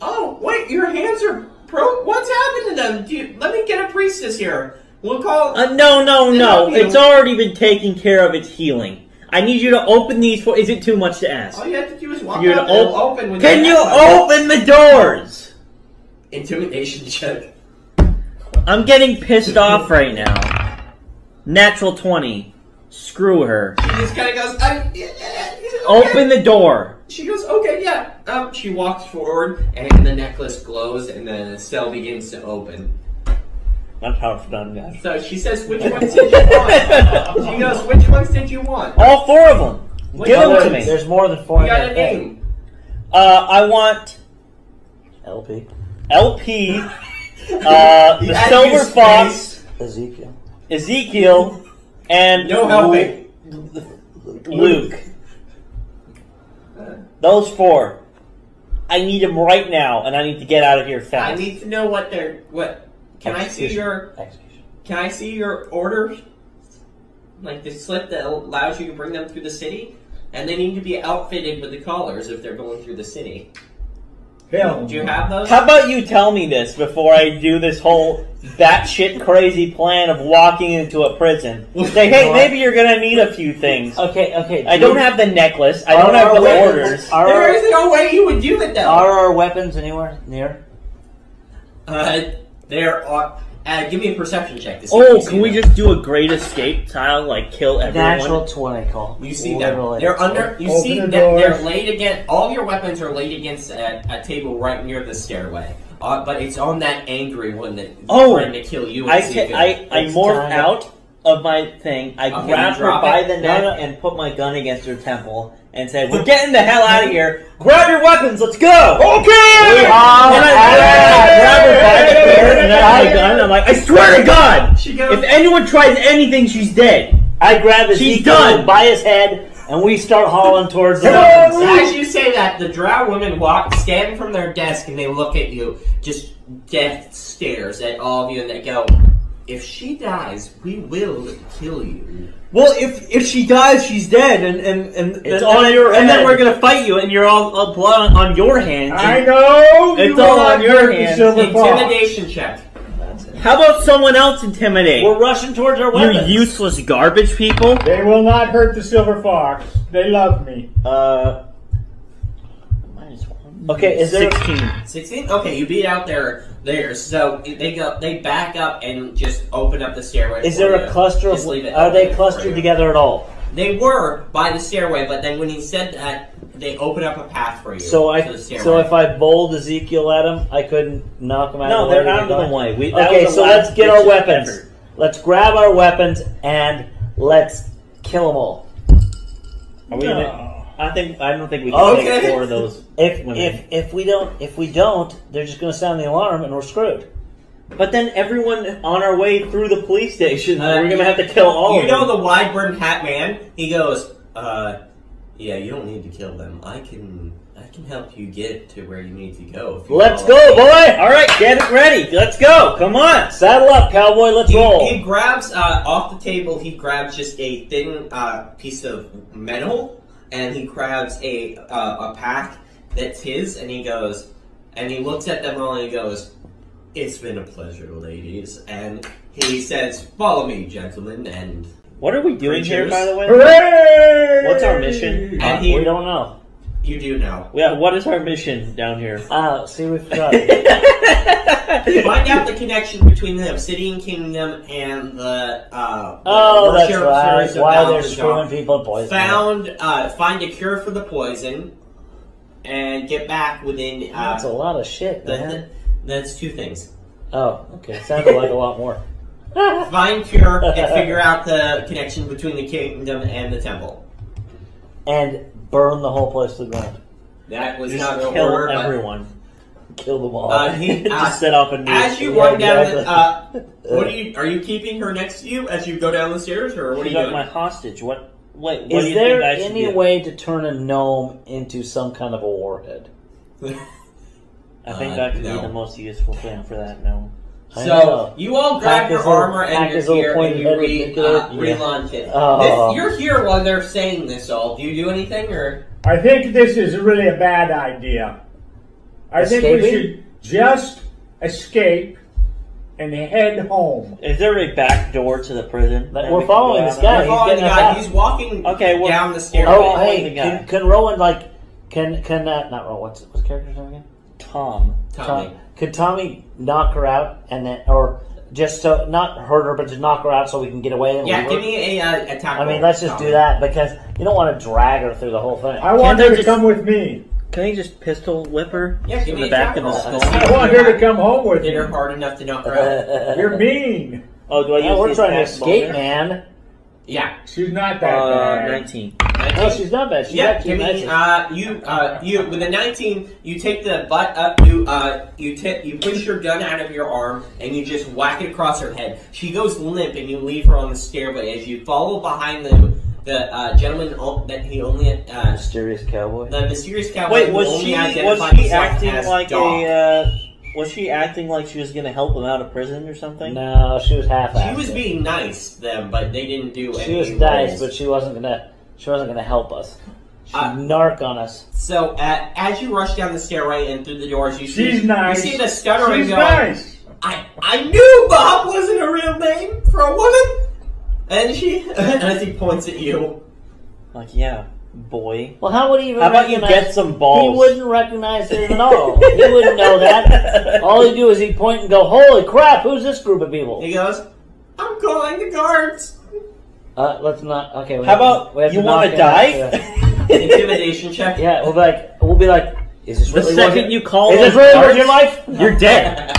S1: Oh, wait, your hands are broke? What's happened to them? Do you, let me get a priestess here. We'll call.
S5: Uh, no, no,
S1: They
S5: no.
S1: help you.
S5: It's already been taken care of. It's healing. I need you to open these for. Is it too much to ask?
S1: All you have to do is walk
S5: You're
S1: out
S5: an
S1: and
S5: op-
S1: it'll open. When
S5: Can you open the doors?
S1: Intimidation <laughs> check.
S5: I'm getting pissed off right now. Natural 20. Screw her.
S1: She just kind of goes, I,
S5: Open the door.
S1: She goes, Okay, yeah. Um, she walks forward, and the necklace glows, and the cell begins to open.
S5: That's how it's done, guys.
S1: So she says, Which ones did you want? she goes, Which ones did you want?
S5: All four of them.
S1: Which
S5: Give them
S1: ones?
S5: to me.
S3: There's more than four.
S1: You
S3: in
S1: got
S3: that
S1: a
S3: thing.
S1: name.
S5: Uh, I want
S3: LP
S5: LP, uh,
S1: You
S5: the
S1: add
S5: Silver
S1: your space.
S5: Fox,
S3: Ezekiel.
S5: Ezekiel, and
S1: No helping.
S5: Luke. Those four. I need them right now, and I need to get out of here
S1: I
S5: fast.
S1: need to know what they're what. Can I see your
S3: Execution.
S1: Can I see your orders? Like the slip that allows you to bring them through the city, and they need to be outfitted with the collars if they're going through the city.
S4: Hell.
S1: Do you have those?
S5: How about you tell me this before I do this whole batshit crazy plan of walking into a prison? Say, hey, maybe you're gonna need a few things.
S3: Okay, okay.
S5: I
S3: do-
S5: don't have the necklace. I
S3: Are
S5: don't have
S3: our
S5: the
S3: weapons-
S5: orders.
S3: Are,
S1: there
S3: our-
S1: is no way you would do it though.
S3: are our weapons anywhere near?
S1: uh, there are. Uh, give me a perception check. to see if you
S5: Oh,
S1: see
S5: can we
S1: them.
S5: just do a great escape tile, like kill everyone?
S3: Natural twenty call.
S1: You see them.
S3: Literally.
S1: They're under. You
S4: Open
S1: see
S4: the
S1: that they're
S4: doors.
S1: laid against. All your weapons are laid against a, a table right near the stairway. Uh, but it's on that angry one that
S5: Oh,
S1: trying to kill you. and
S5: I
S1: Zeke.
S5: can, I, I
S3: It's
S5: morph
S3: time.
S5: out of my thing. I
S1: Okay,
S5: grab
S1: you
S5: her
S1: drop
S5: by
S1: it?
S5: the
S1: No,
S5: neck
S1: no.
S5: and put my gun against her temple and said, "We're getting the hell out of here. Grab your weapons. Let's go."
S4: Okay!
S5: And I grab her by the hair and I have my gun. and I'm like, "I swear to God,
S1: She goes.
S5: if anyone tries anything, she's dead."
S3: I grab
S5: She's
S3: Ezekiel
S5: done.
S3: by his head, and we start hauling towards the
S5: Hello.
S3: mountains.
S1: As you say that, the drow women walk, stand from their desk, and they look at you, just death stares at all of you, and they go, "If she dies, we will kill you."
S5: Well, if if she dies, she's dead, and and and
S3: It's on your
S5: and then
S3: head.
S5: we're gonna fight you, and you're all, all blood on, on your hands.
S4: I know.
S5: It's
S4: you
S5: all
S4: are
S5: on your
S4: the
S5: hands.
S4: Silver fox.
S1: Intimidation check.
S5: How about someone else intimidate?
S3: We're rushing towards our
S5: You
S3: weapons.
S5: useless garbage people.
S4: They will not hurt the silver fox. They love me.
S5: Uh,
S3: okay, is there?
S5: 16.
S1: Sixteen. Okay, you beat out their theirs. So they go, they back up and just open up the stairway.
S3: Is
S1: for
S3: there a
S1: you.
S3: cluster of?
S1: Just leave it
S3: Are they
S1: open for you.
S3: clustered together at all?
S1: They were by the stairway, but then when he said that, they open up a path for you.
S3: So I,
S1: to the stairway.
S3: so if I bowled Ezekiel at him, I couldn't knock him out.
S5: No,
S3: of the
S5: they're
S3: way
S5: out of the way. We, that
S3: Okay,
S5: was a
S3: so
S5: last
S3: let's get our
S5: ditch
S3: weapons.
S5: effort.
S3: Let's grab our weapons and let's kill them all.
S5: Are we gonna- I think I don't think we can
S1: Okay.
S5: take four of those.
S3: If
S5: Women.
S3: if if we don't if we don't, they're just going to sound the alarm and we're screwed.
S5: But then everyone on our way through the police station,
S1: Uh,
S5: we're gonna have to kill all
S1: you
S5: of
S1: know
S5: them.
S1: the wide brimmed hat man? He goes, uh, yeah, you don't need to kill them. I can, I can help you get to where you need to go. if you
S5: Let's
S1: follow
S5: go,
S1: me."
S5: boy! All right, get it ready. Let's go. Come on.
S3: Saddle up, cowboy. Let's roll.
S1: He, he grabs uh, off the table. He grabs just a thin uh, piece of metal, and he grabs a uh, a pack that's his, and he goes, and he looks at them all, and he goes, "It's been a pleasure, ladies." And he says, "Follow me, gentlemen," and
S5: What are we doing here,
S1: Creatures.
S5: by the way?
S4: Hooray!
S5: What's our mission?
S1: And
S3: Uh,
S1: he-
S3: we don't know.
S1: You do know.
S5: Yeah, what is our mission down here?
S3: Uh, see, we <laughs> forgot.
S1: Find out the connection between the Obsidian Kingdom and the uh,
S3: oh,
S1: the
S3: that's
S1: worshipers
S3: right.
S1: of
S3: Why they're
S1: Balthazar.
S3: screwing people poison.
S1: Found uh, find a cure for the poison, and get back within. Uh,
S3: That's a lot of shit,
S1: the-
S3: man.
S1: that's two things.
S3: Oh, okay. Sounded like a lot more.
S1: Find cure and figure out the connection between the kingdom and the temple.
S3: And burn the whole place to the ground.
S1: That was
S5: Just
S1: not going to
S5: kill
S1: order, but
S5: everyone. <laughs>
S3: Kill them all.
S1: Uh,
S3: <laughs>
S1: he- uh,
S5: Just set off a nuke.
S1: As you
S3: Yeah,
S1: walk down, the,
S3: exactly.
S1: uh,
S3: <laughs>
S1: what are you? Are you keeping her next to you as you go down the stairs, or what are
S5: She
S1: you
S5: got
S1: doing?
S5: my hostage. What? Wait, what
S3: Is
S5: do you
S3: there
S5: think I should
S3: any
S5: do?
S3: way to turn a gnome into some kind of a warhead?
S5: I think
S1: Uh,
S5: that could
S1: no.
S5: be the most useful thing for that gnome.
S3: I
S1: so
S3: know.
S1: you all
S3: Pack
S1: grab your
S3: his little-
S1: armor and
S3: pack
S1: your
S3: his little
S1: gear,
S3: pointed
S1: and you
S3: head with
S1: re,
S3: nuclear-
S1: uh, relaunch it.
S3: Oh.
S1: This- you're here while they're saying this all. Do you do anything, or
S4: I think this is really a bad idea. I think we
S3: Escaping?
S4: should just escape and head home.
S5: Is there a back door to the prison?
S3: But
S5: that
S3: we're
S5: we can go
S3: following
S5: out
S3: this
S5: on?
S3: guy.
S1: You're
S3: he's
S1: following the
S3: getting us
S1: guy?
S3: out.
S1: He's walking
S5: Okay, well-
S1: down the stairway.
S3: Oh,
S5: Hey,
S3: hey,
S5: the guy.
S3: can, can Rowan, like, can, can, uh, not Rowan, what's, what's the character's name again?
S5: Tom.
S1: Tommy.
S3: Could Tommy knock her out and then, or just so, not hurt her, but just knock her out so we can get away and
S1: Yeah,
S3: leave
S1: give
S3: her?
S1: me a uh, attack.
S3: I mean,
S1: roll,
S3: let's just do
S1: Tommy.
S3: that because you don't want to drag her through the whole thing.
S4: I want
S5: Can't I
S4: her to
S5: just-
S4: come with me.
S5: Can you just pistol whip her?
S1: Yeah, give
S5: in
S1: me
S5: the
S1: a
S5: back
S1: attack
S5: of the <laughs>
S1: roll.
S5: skull.
S4: I want her to come home with
S1: Hit her
S4: me.
S1: hard enough to knock her out.
S3: <laughs>
S4: You're mean.
S5: Oh, do I
S3: Yeah,
S5: use
S3: we're
S5: the
S3: trying to
S5: attack
S3: escape,
S5: bonus?
S3: man.
S1: Yeah.
S4: She's not that
S3: Oh,
S5: Uh,
S4: bad.
S5: nineteen.
S3: No, she's not bad. She's
S1: Yeah,
S3: got two
S1: give me,
S3: matches.
S1: uh, you, uh, you, with a 19, you take the butt up, you, uh, you tip, you push your gun out of your arm, and you just whack it across her head. She goes limp, and you leave her on the stairway as you follow behind the, the, uh, gentleman o- that he only, uh,
S3: Mysterious cowboy.
S1: the mysterious cowboy
S5: Wait,
S1: who
S5: was
S1: uh, only
S5: she was
S1: identified
S5: she
S1: himself
S5: acting
S1: as
S5: like
S1: Dog.
S5: a uh, was she acting like she was gonna help him out of prison or something?
S3: No, she was half.
S1: She was being nice to them, but they didn't do
S3: She
S1: anything.
S3: was nice, but she wasn't gonna. She wasn't gonna help us. She
S1: Uh,
S3: narc on us.
S1: So, uh, as you rush down the stairway and through the doors, you see,
S4: She's nice.
S1: you see the stuttering
S4: She's
S1: going,
S4: nice.
S1: I, I knew Bob wasn't a real name for a woman. And she, <laughs> as he points at you,
S5: Like, yeah, boy.
S3: Well, how would he even?
S5: How about you
S3: recognize-
S5: get some
S3: He
S5: balls?
S3: wouldn't recognize it at all. he wouldn't know
S5: <laughs>
S3: that. All he'd do is he'd point and go, "Holy crap! Who's this group of people?"
S1: he goes, I'm calling the guards.
S3: Uh, let's not. Okay. We
S5: How
S3: have to-
S5: about
S3: we have
S5: you
S3: to
S5: want
S3: knock
S5: to
S3: it out. Yeah.
S5: <laughs> die?
S1: Intimidation check.
S3: <laughs> Yeah, we'll be like, we'll be like, is this
S5: the
S3: really
S5: second
S3: what-
S5: you call,
S3: Is
S5: those
S3: this really what
S5: guards,
S3: your life?
S5: You're dead.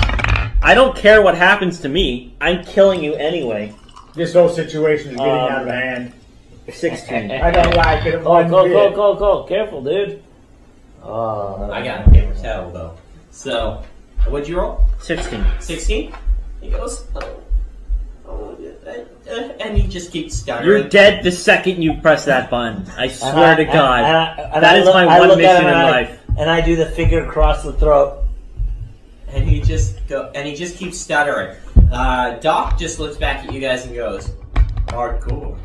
S5: I don't care what happens to me. I'm killing you anyway.
S4: This whole situation is getting
S5: Um,
S4: out of hand.
S3: <laughs>
S5: Sixteen.
S4: I don't like it.
S3: Oh,
S4: one
S3: go,
S4: bit.
S3: go, go, go! Careful, dude. Oh,
S1: <laughs> I got a paper towel, though. So, what'd you roll?
S5: Sixteen.
S1: 16? He goes, oh, oh, uh, uh, and he just keeps stuttering.
S5: You're dead the second you press that button. I
S3: And
S5: swear
S3: I- Uh,
S5: to
S3: and-
S5: God.
S3: and I- Uh-huh. and
S5: That
S3: I
S5: is
S3: look-
S5: my
S3: I
S5: one
S3: look at
S5: mission
S3: him
S5: in
S3: and I-
S5: life.
S3: And I do the figure across the throat.
S1: And he just go, and he just keeps stuttering. Uh, Doc just looks back at you guys and goes, "Hardcore."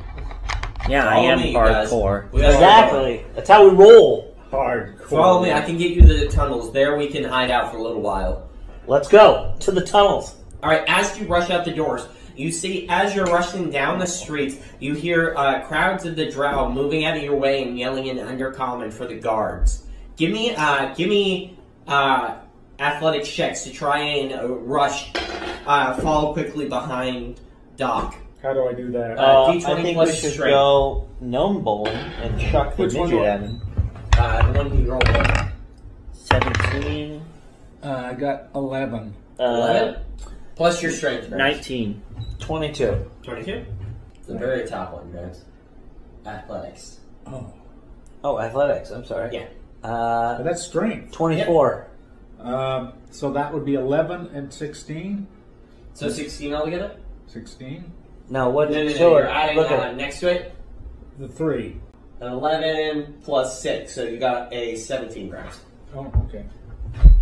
S5: Yeah, I
S1: Follow
S5: am
S1: me, you guys.
S5: hardcore.
S1: We gotta go.
S3: Exactly. That's how we roll.
S4: Hard.
S1: Follow me. I can get you to the tunnels. There we can hide out for a little while.
S3: Let's go to the tunnels.
S1: All right. As you rush out the doors, you see as you're rushing down the streets, you hear uh, crowds of the drow moving out of your way and yelling in undercommon for the guards. Give me, uh, give me, uh, athletic checks to try and uh, rush, uh, follow quickly behind Doc.
S4: How do I do that?
S1: Uh,
S5: Uh,
S1: D20
S5: I think we
S1: plus
S5: should
S1: strength.
S5: go gnome bowling and chuck the
S4: Which one
S5: midget
S4: do I-
S5: at him.
S1: Uh, the one who rolled. it.
S5: 17,
S4: Uh, I got 11.
S5: uh,
S1: Eleven? Plus your strength. right?
S5: 19.
S3: Twenty-two.
S1: 22? The very top one, guys. Athletics.
S4: Oh.
S3: Oh, athletics. I'm sorry. Yeah. Uh,
S4: That's strength.
S3: twenty-four.
S4: Um, so that would be 11 and 16.
S1: So 16 altogether?
S4: 16.
S3: No, what?
S1: No, no, no,
S3: sure.
S1: You're adding
S3: Look
S1: uh,
S3: at it.
S1: next to it.
S4: The 3.
S1: An 11 plus 6, so you got a 17 rounds.
S4: Oh, okay.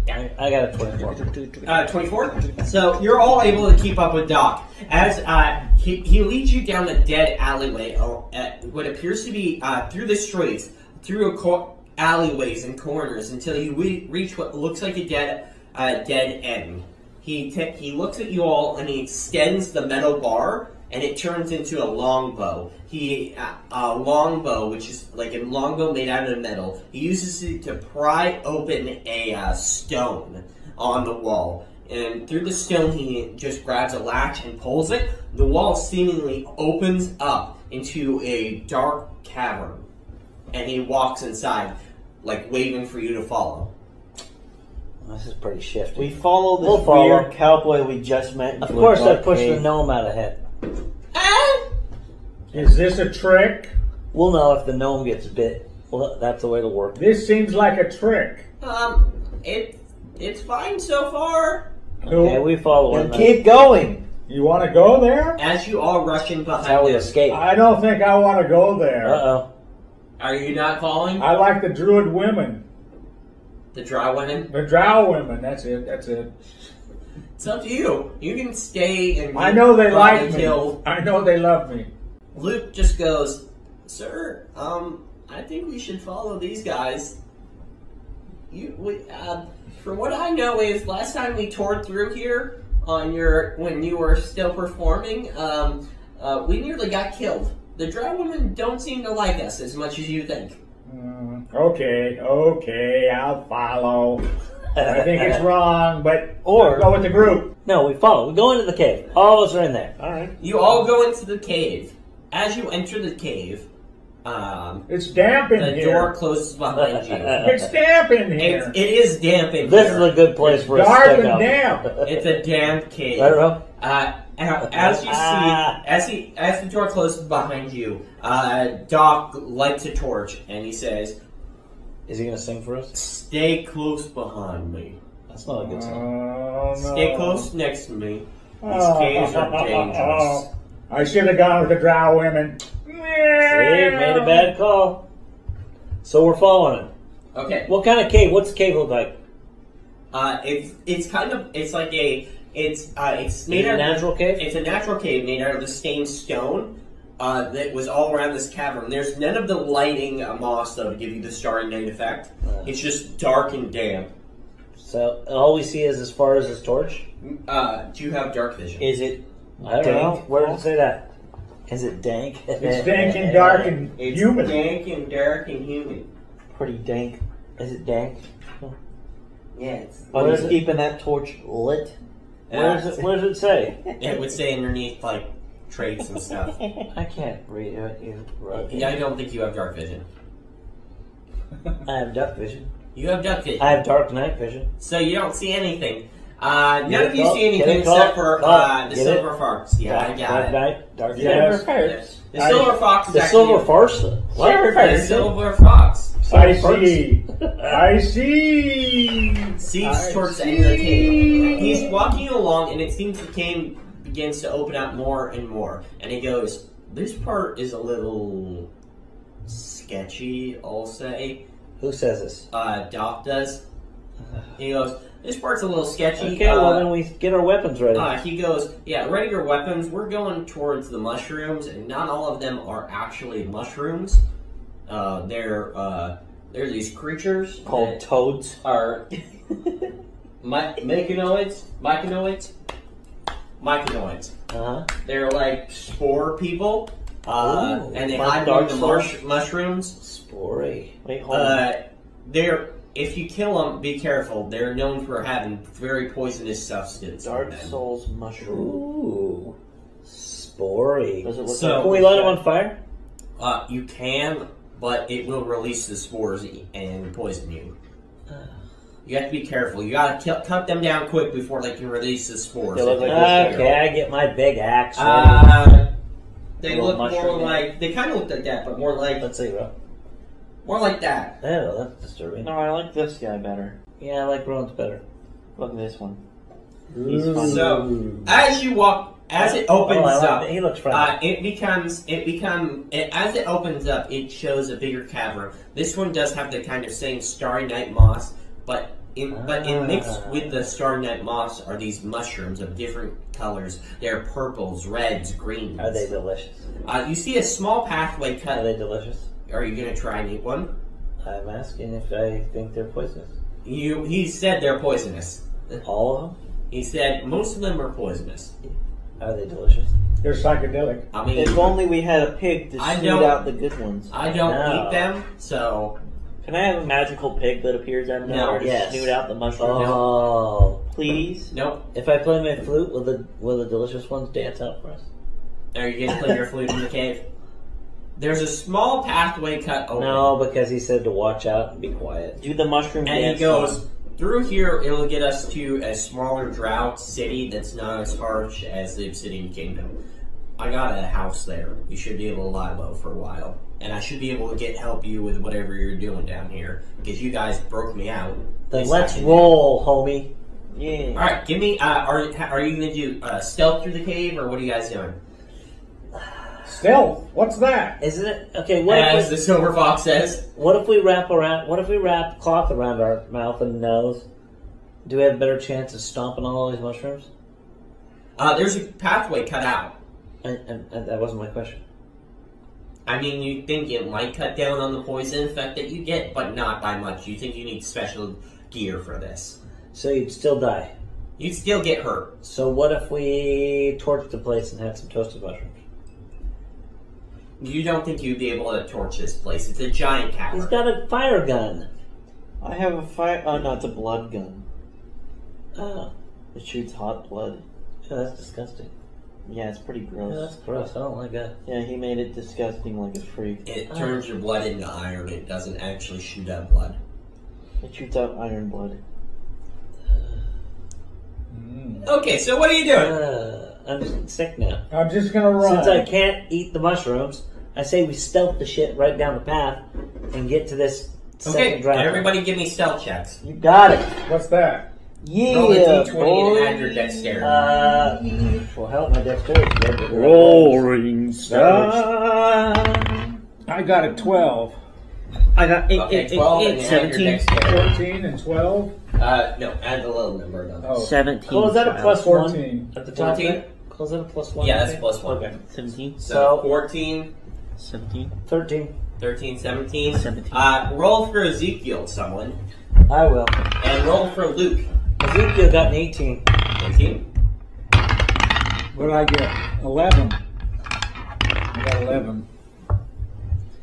S3: I, I got a twenty-four.
S1: Uh, 24? So you're all able to keep up with Doc. As uh, he, he leads you down a dead alleyway, or, uh, what appears to be uh, through the streets, through a cor- alleyways and corners, until you re- reach what looks like a dead uh, dead end. He ta- he looks at you all and he extends the metal bar and it turns into a longbow. He uh, a longbow, which is like a longbow made out of metal. He uses it to pry open a uh, stone on the wall, and through the stone he just grabs a latch and pulls it. The wall seemingly opens up into a dark cavern, and he walks inside, like waiting for you to follow.
S3: This is pretty shifty.
S5: We follow this
S3: We'll follow.
S5: weird cowboy we just met.
S3: of
S5: into a
S3: course, I
S5: dark
S3: pushed the
S5: cave.
S3: gnome out ahead.
S4: Is this a trick?
S3: We'll know if the gnome gets bit. Well, that's the way to work.
S4: This seems like a trick.
S1: Um, it it's fine so far.
S4: Who-
S3: Okay, we follow him.
S5: Then keep going.
S4: You want to go there?
S1: As you all rush in behind
S3: That's how we
S1: him,
S3: escape. Uh
S4: I don't think I want to go there.
S3: oh.
S1: are you not following
S4: I like the druid women,
S1: the dry women?
S4: the drow women. That's it. That's it.
S1: It's up to you. You can stay Mm-hmm. and
S4: I know they
S1: run
S4: like me.
S1: until
S4: I know they love me.
S1: Luke just goes, "Sir, um, I think we should follow these guys." You, we, uh, from what I know, is last time we toured through here on your when you were still performing, um, uh, we nearly got killed. The dry women don't seem to like us as much as you think.
S4: Mm, okay, okay, I'll follow. I think
S1: <laughs>
S4: it's wrong, but
S3: Or-
S4: go with the group.
S3: No, we follow. We go into the cave. All of us are in there.
S2: All right.
S1: You all go into the cave. As you enter the cave, um,
S4: It's damp in
S1: the
S4: here.
S1: door closes behind you.
S4: It's damp <laughs> in
S1: It's,
S4: here.
S1: it is damp in
S3: This
S1: here.
S3: is a good place for a
S4: Dark
S3: stick
S4: and
S3: up. <laughs>
S4: damp.
S1: it's a damp cave.
S3: I don't know.
S1: Uh, as you see,
S3: Ah.
S1: as he, as the door closes behind you, uh, Doc lights a torch and he says,
S6: Is he gonna sing for us?
S1: "Stay close behind me.
S6: That's not a good song.
S4: Oh, no.
S1: Stay close next to me. These
S4: Oh.
S1: caves
S4: <laughs>
S1: are dangerous."
S4: I should have gone with the drow women. See,
S3: Hey, made a bad call. So we're following him.
S1: Okay.
S3: What kind of cave? What's the cave look like?
S1: Uh, it's it's kind of it's like a it's uh, it's
S3: Is
S1: made
S3: it a
S1: out of
S3: natural cave?
S1: It's a natural cave made out of the stained stone uh, that was all around this cavern. There's none of the lighting uh, moss, though, to give you the starry night effect.
S3: Oh.
S1: It's just dark and damp.
S3: So all we see is as far as his torch.
S1: Uh, do you have dark vision?
S5: Is it?
S3: I don't
S5: Dank.
S3: know. Where does it say that?
S6: Is it dank?
S4: It's dank and dark and
S1: it's
S4: humid.
S1: dank and dark and humid.
S5: Pretty dank.
S6: Is it dank?
S1: Yeah, it's,
S5: But
S3: Where
S5: he's
S3: is it?
S5: keeping that torch lit.
S3: Where does it? Where does it say?
S1: Uh, it would say underneath like traits and stuff.
S6: <laughs> I can't read it. You wrote.
S1: Yeah, I don't think you have dark vision.
S6: I have duck vision.
S1: You have dark vision,
S6: I have dark night vision.
S1: so you don't see anything. Uh, none
S3: Get it,
S1: of you
S3: Cole?
S1: see
S3: Get
S1: anything
S3: it, Cole?
S1: except for
S3: Cole,
S1: uh, the
S3: get it?
S1: silver fox. Yeah, I got
S3: Dark
S1: it.
S3: night. Dark
S4: Yes.
S3: night.
S1: The silver fox is
S3: The
S1: actually
S3: silver farce. What?
S1: The silver fox <laughs>
S4: I
S3: Silver
S4: see. I see.
S1: sees
S4: I
S1: towards the end of the cave.
S4: see.
S1: He's walking along, and it seems the cave begins to open up more and more. And he goes, "This part is a little sketchy, I'll say."
S6: Who says this?
S1: Uh, Doc
S3: <sighs>
S1: does. He goes, "This part's a little sketchy."
S3: Okay. Well,
S1: uh,
S3: then we get our weapons ready.
S1: Uh, he goes, yeah, regular weapons. We're going towards the mushrooms, and not all of them are actually mushrooms. Uh, they're uh, they're these creatures
S5: Called
S1: that
S5: toads.
S1: are my- myconoids, myconoids, myconoids.
S3: Uh-huh.
S1: They're like spore people, uh,
S6: Ooh,
S1: and they
S5: like
S1: hide
S5: Dark
S1: among the
S5: Souls?
S1: marsh- mushrooms.
S6: Spory.
S5: Wait,
S3: Oh.
S5: hold on.
S1: Uh, they're if you kill them, be careful. They're known for having very poisonous substance. on
S5: Dark
S1: them.
S5: Souls mushroom.
S3: Ooh. Spory.
S5: Does it look
S1: So-
S5: like
S3: Can we light him on fire?
S1: Uh, you can, but it will release the spores e, and poison you. You have to be careful. You gotta kill, cut them down quick before they can release the spores.
S5: They look like this Ah.
S3: Okay, I get my big axe. ready.
S1: Uh, they
S5: Little
S1: look more
S5: mushroom.
S1: like they kind of look like that, but more like
S6: Let's see, bro.
S1: more like that.
S3: Oh, that's disturbing.
S5: No, I like this guy better.
S3: Yeah, I like Rowan's better.
S5: Look at this one. He's fun.
S1: So as you walk, as it opens
S3: Oh, I like
S1: up,
S3: that. He looks friendly.
S1: Uh, it becomes it become it, as it opens up. It shows a bigger cavern. This one does have the kind of same starry night moss, but in, but in
S3: Ah.
S1: mixed with the starry night moss are these mushrooms of different colors. They're purples, reds, greens.
S3: Are they delicious?
S1: Uh, you see a small pathway
S3: Are
S1: cut.
S3: they delicious?
S1: Are you gonna try and eat one?
S3: I'm asking if I think they're poisonous.
S1: You he said they're poisonous.
S3: All of
S1: He said most of them are poisonous.
S3: them? Are they delicious?
S4: They're psychedelic.
S1: I mean,
S5: If only we had a pig to
S1: I
S5: shoot
S1: don't-
S5: out the good ones.
S1: I don't
S3: No.
S1: eat them, so
S5: Can I have a magical pig that appears out of
S1: No.
S5: nowhere to
S3: Yes.
S5: snoot out the mushroom?
S3: Oh.
S5: Please?
S1: nope.
S3: If I play my flute, will the will the delicious ones dance out for us?
S1: Are you gonna play your flute in the cave? There's a small pathway cut open,
S3: No, because he said to watch out and be quiet.
S5: Do the mushroom
S1: and
S5: dance.
S1: he goes through here. It'll get us to a smaller drought city that's not as harsh as the Obsidian Kingdom. I got a house there. You should be able to lie low for a while, and I should be able to get help you with whatever you're doing down here because you guys broke me out.
S3: Then
S1: Yes, I
S3: let's
S1: can.
S3: roll, homie.
S1: All
S5: Yeah.
S1: right, give me. Uh, are are you gonna do uh, stealth through the cave, or what are you guys doing?
S4: Stealth. What's that?
S3: Isn't it okay? What
S1: As
S3: if,
S1: the silver fox says,
S3: we, what if we wrap around? What if we wrap cloth around our mouth and nose? Do we have a better chance of stomping on all these mushrooms?
S1: uh, "There's a pathway cut out."
S3: And, and, and that wasn't my question.
S1: I mean, you think it might cut down on the poison effect that you get, but not by much. You think you need special gear for this.
S3: So you'd still die.
S1: You'd still get hurt.
S3: So what if we torched the place and had some toasted mushrooms?
S1: You don't think you'd be able to torch this place. It's a giant
S3: He's
S1: cavern.
S3: got a fire gun.
S5: I have a fire. Oh, no, it's a blood gun.
S3: Oh,
S5: It shoots hot blood.
S3: yeah, that's disgusting.
S5: Yeah, it's pretty
S3: Yeah,
S5: gross.
S3: that's gross. I don't like that.
S5: Yeah, he made it disgusting like a freak.
S1: It turns your blood into iron. It doesn't actually shoot out blood.
S5: It shoots out iron blood.
S4: Mm.
S1: Okay, so what are you doing?
S3: Uh, I'm just sick now.
S4: I'm just gonna run.
S3: Since I can't eat the mushrooms, I say we stealth the shit right down the path and get to this
S1: Okay,
S3: second draft.
S1: everybody give me stealth checks.
S3: You got it.
S4: What's that?
S3: Yeah,
S1: Roll a d20
S3: boy.
S1: and add your dexterity.
S3: Uh, well, help my dexterity.
S8: Rolling
S5: Ah.
S4: I got a 12.
S3: I got eight,
S1: Okay,
S3: eight,
S1: 12
S3: eight,
S1: and
S3: eight,
S1: add your
S3: 17.
S1: dexterity.
S4: 14 and 12?
S1: Uh, no, add the little number. No.
S4: Oh,
S5: 17.
S3: Oh, is that a plus one?
S4: 14.
S3: At the top
S1: 14?
S3: there? Close that a plus one.
S1: Yeah,
S3: I
S1: that's
S3: think?
S1: plus one.
S3: Okay.
S5: 17?
S1: So
S3: So-
S1: 14,
S5: 17?
S3: 13.
S1: 13, 17.
S5: 17.
S1: Uh, roll for Ezekiel, someone,
S3: I will.
S1: and roll for Luke.
S3: Ezekiel got an 18.
S1: 18.
S4: What did I get? 11. I got 11.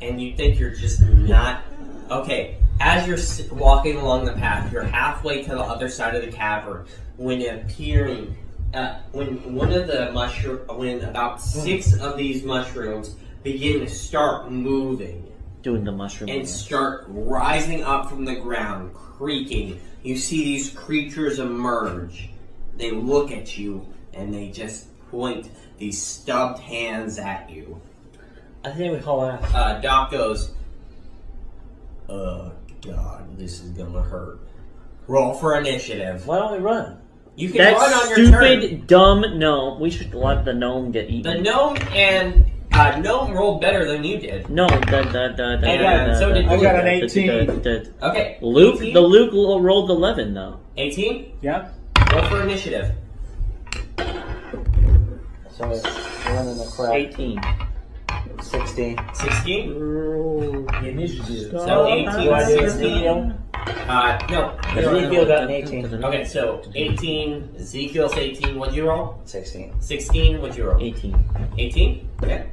S1: And you think you're just not. Okay, as you're s- walking along the path, you're halfway to the other side of the cavern when appearing. Uh, when one of the mushroom, when about six of these mushrooms begin to start moving,
S5: Doing the mushroom.
S1: and
S5: dance.
S1: start rising up from the ground, creaking. You see these creatures emerge. They look at you and they just point these stubbed hands at you.
S3: I think we haul ass.
S1: Uh, Doc goes, Oh god, this is gonna hurt. Roll for initiative.
S3: Why don't we run?
S1: You can run
S5: That
S1: on your turn.
S5: stupid, dumb gnome. We should let the gnome get
S1: The
S5: eaten.
S1: gnome and uh, gnome rolled better than you did.
S5: No, the the the the.
S1: I got it, so
S5: the-
S1: did
S5: the-
S1: you. I got
S4: an
S5: the- the-
S4: 18.
S5: the- the-
S1: Okay,
S5: Luke,
S1: 18?
S5: the Luke l- rolled eleven though.
S1: 18.
S4: Yeah?
S1: Roll for initiative.
S3: So we're running the crap.
S5: Eighteen.
S3: 16.
S1: 16.
S4: Initiative.
S1: So 18,
S5: uh,
S3: Why did
S1: 16.
S3: Ezekiel?
S1: Uh, no. you don't
S3: Ezekiel
S1: roll.
S3: got an 18.
S1: Okay, so 18, Ezekiel's 18, what'd you roll?
S3: 16.
S1: 16, what'd you roll?
S5: Eighteen.
S1: 18? Okay.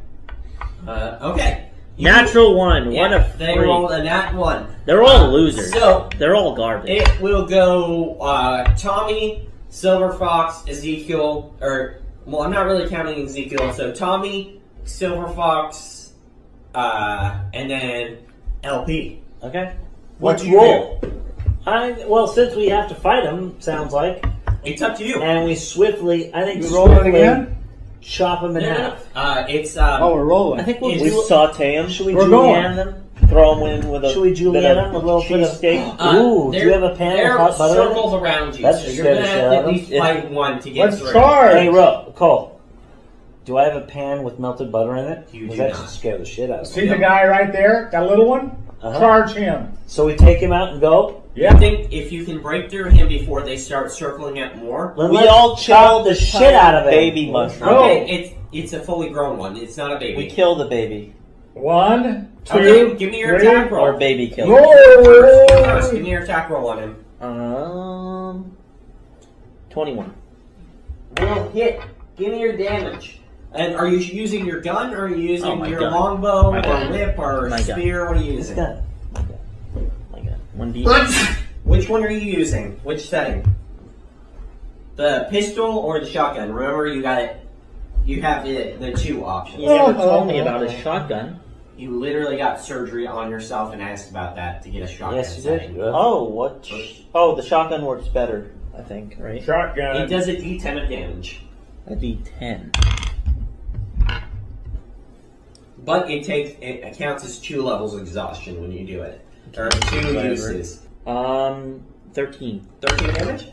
S1: Uh, okay. You-
S5: Natural one.
S1: Yeah,
S5: What a
S1: They
S5: freak.
S1: rolled a nat 1.
S5: They're all losers.
S1: So,
S5: They're all garbage.
S1: it will go, uh, Tommy, Silver Fox, Ezekiel, or, well, I'm not really counting Ezekiel, so Tommy, Silver Fox, uh, and then LP.
S3: Okay.
S1: What'd
S3: Let's
S1: you
S3: roll. I well, since we have to fight him, sounds like,
S1: It's up to you.
S3: and we swiftly, I think
S4: You roll it
S3: swiftly
S4: again?
S3: chop him in
S1: No, no, no.
S3: half.
S1: Uh, it's, um,
S4: Oh, we're rolling.
S3: I think we'll
S5: We
S3: Jul-
S5: saute him.
S3: should we
S4: We're
S3: julienne them?
S5: Throw him in with a
S3: Should we julienne
S5: bit
S3: them with a little bit
S5: cheese
S3: of
S5: steak?
S3: <gasps>
S1: Uh,
S3: Ooh, do
S1: there-
S3: you have a pan
S1: There
S3: of
S1: are
S3: hot butter?
S1: circles around you,
S3: That's
S1: so
S3: just
S1: you're gonna
S3: gonna
S1: have to
S3: show
S1: at least
S5: them.
S1: fight one to get
S4: Let's
S1: through.
S4: charge.
S3: Hey, Ro, Cole. Do I have a pan with melted butter in it?
S1: You
S3: 'Cause
S1: do
S3: that
S1: not.
S3: should scare the shit out of me.
S4: See the guy right there? That little one?
S3: Uh-huh.
S4: Charge him.
S3: So we take him out and go.
S1: I
S4: Yeah.
S1: think if you can break through him before they start circling out more.
S3: Let-
S5: We
S3: let's
S5: all
S3: chop the shit out of it.
S5: Baby mushroom.
S4: Oh.
S1: Okay, it's it's a fully grown one. It's not a baby.
S5: We kill the baby
S4: One, two,
S1: okay, give me your
S4: three.
S1: attack roll.
S5: or baby killer.
S4: Roll.
S1: First, give me your attack roll on him.
S5: Um, twenty-one.
S1: Will hit. Give me your damage. And are you using your gun, or are you using
S5: Oh, my
S1: your
S5: gun.
S1: longbow,
S5: My
S1: or
S5: gun.
S1: whip, or
S5: My gun.
S1: spear? What are you
S5: This
S1: using?
S5: guy. My God. My God. One D.
S1: <laughs> Which one are you using? Which setting? The pistol or the shotgun? Remember, you got it. You have it, the two options.
S5: You never told me about his shotgun.
S1: You literally got surgery on yourself and asked about that to get a shotgun.
S3: Yes, you did.
S1: setting.
S5: Oh, what? Sh- oh, the shotgun works better, I think. Right?
S1: It
S4: Shotgun.
S1: does a D10 of damage,
S5: A D ten.
S1: but it takes it counts as two levels of exhaustion when you do it. There are two
S5: Whatever.
S1: uses.
S5: Um, thirteen.
S1: 13 damage?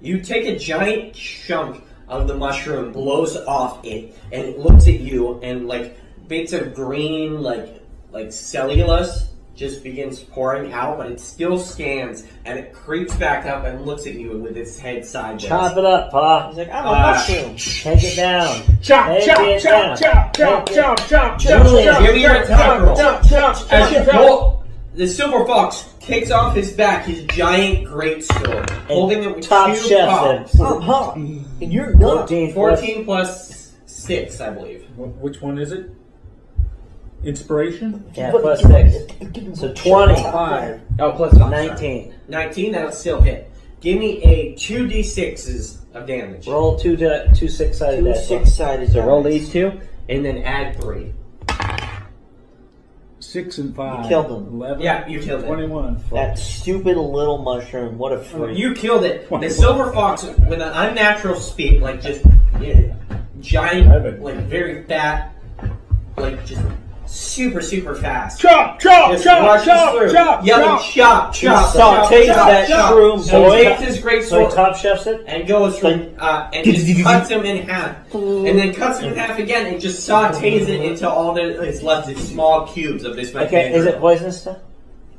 S1: You take a giant chunk of the mushroom, blows off it, and it looks at you, and like bits of green, like like cellulose, just begins pouring out, but it still scans, and it creeps back up and looks at you with its head sideways.
S3: Chop it up, Pa.
S5: He's like, I'm a
S1: Uh,
S5: mushroom.
S3: Take it down.
S4: Chop,
S3: Hey,
S4: chop,
S3: get
S4: chop,
S3: down.
S4: chop, chop,
S3: Hey,
S4: chop, chop, chop, chop,
S3: Julian,
S1: give me your
S4: chop,
S1: attack roll.
S4: chop, chop, chop,
S1: As you
S4: chop, chop.
S1: pull, the silver fox kicks off his back his giant great sword, holding it with
S3: Top
S1: two
S3: chef
S1: prongs.
S3: then.
S5: I'm hot, and you're not.
S3: 14 plus-
S1: 14 plus 6, I believe.
S4: Wh- Which one is it? Inspiration?
S3: Yeah, plus 6. So 20.
S4: Five.
S1: Oh, plus five, sorry.
S3: 19.
S1: 19, that'll still hit. Give me a 2d6s of damage.
S3: Roll two, di- two six sided
S5: Two
S3: dice.
S5: six sided.
S1: So roll these two, and then add three.
S4: Six and five.
S5: You killed him.
S4: Eleven.
S1: Yeah, you killed him.
S4: Twenty-one.
S5: That stupid little mushroom. What a freak.
S1: You killed it. The silver fox, with an unnatural speed, like just yeah, giant,
S4: Eleven.
S1: like very fat, like just super, super fast.
S4: Chop, chop,
S1: Just
S4: chop,
S1: rushes
S4: chop,
S1: through,
S4: chop,
S1: yelling, chop,
S4: chop.
S1: chop, chop,
S5: Saute
S1: chop,
S5: that
S1: chop."
S5: shroom,
S1: So he
S5: boy.
S1: takes his great
S3: So
S1: sword
S3: he top chefs it?
S1: and goes from uh, and just cuts him in half, and then cuts him in half again, and just sautés it into all that is left is small cubes of this.
S3: Okay,
S1: mechanism.
S3: is it poisonous stuff?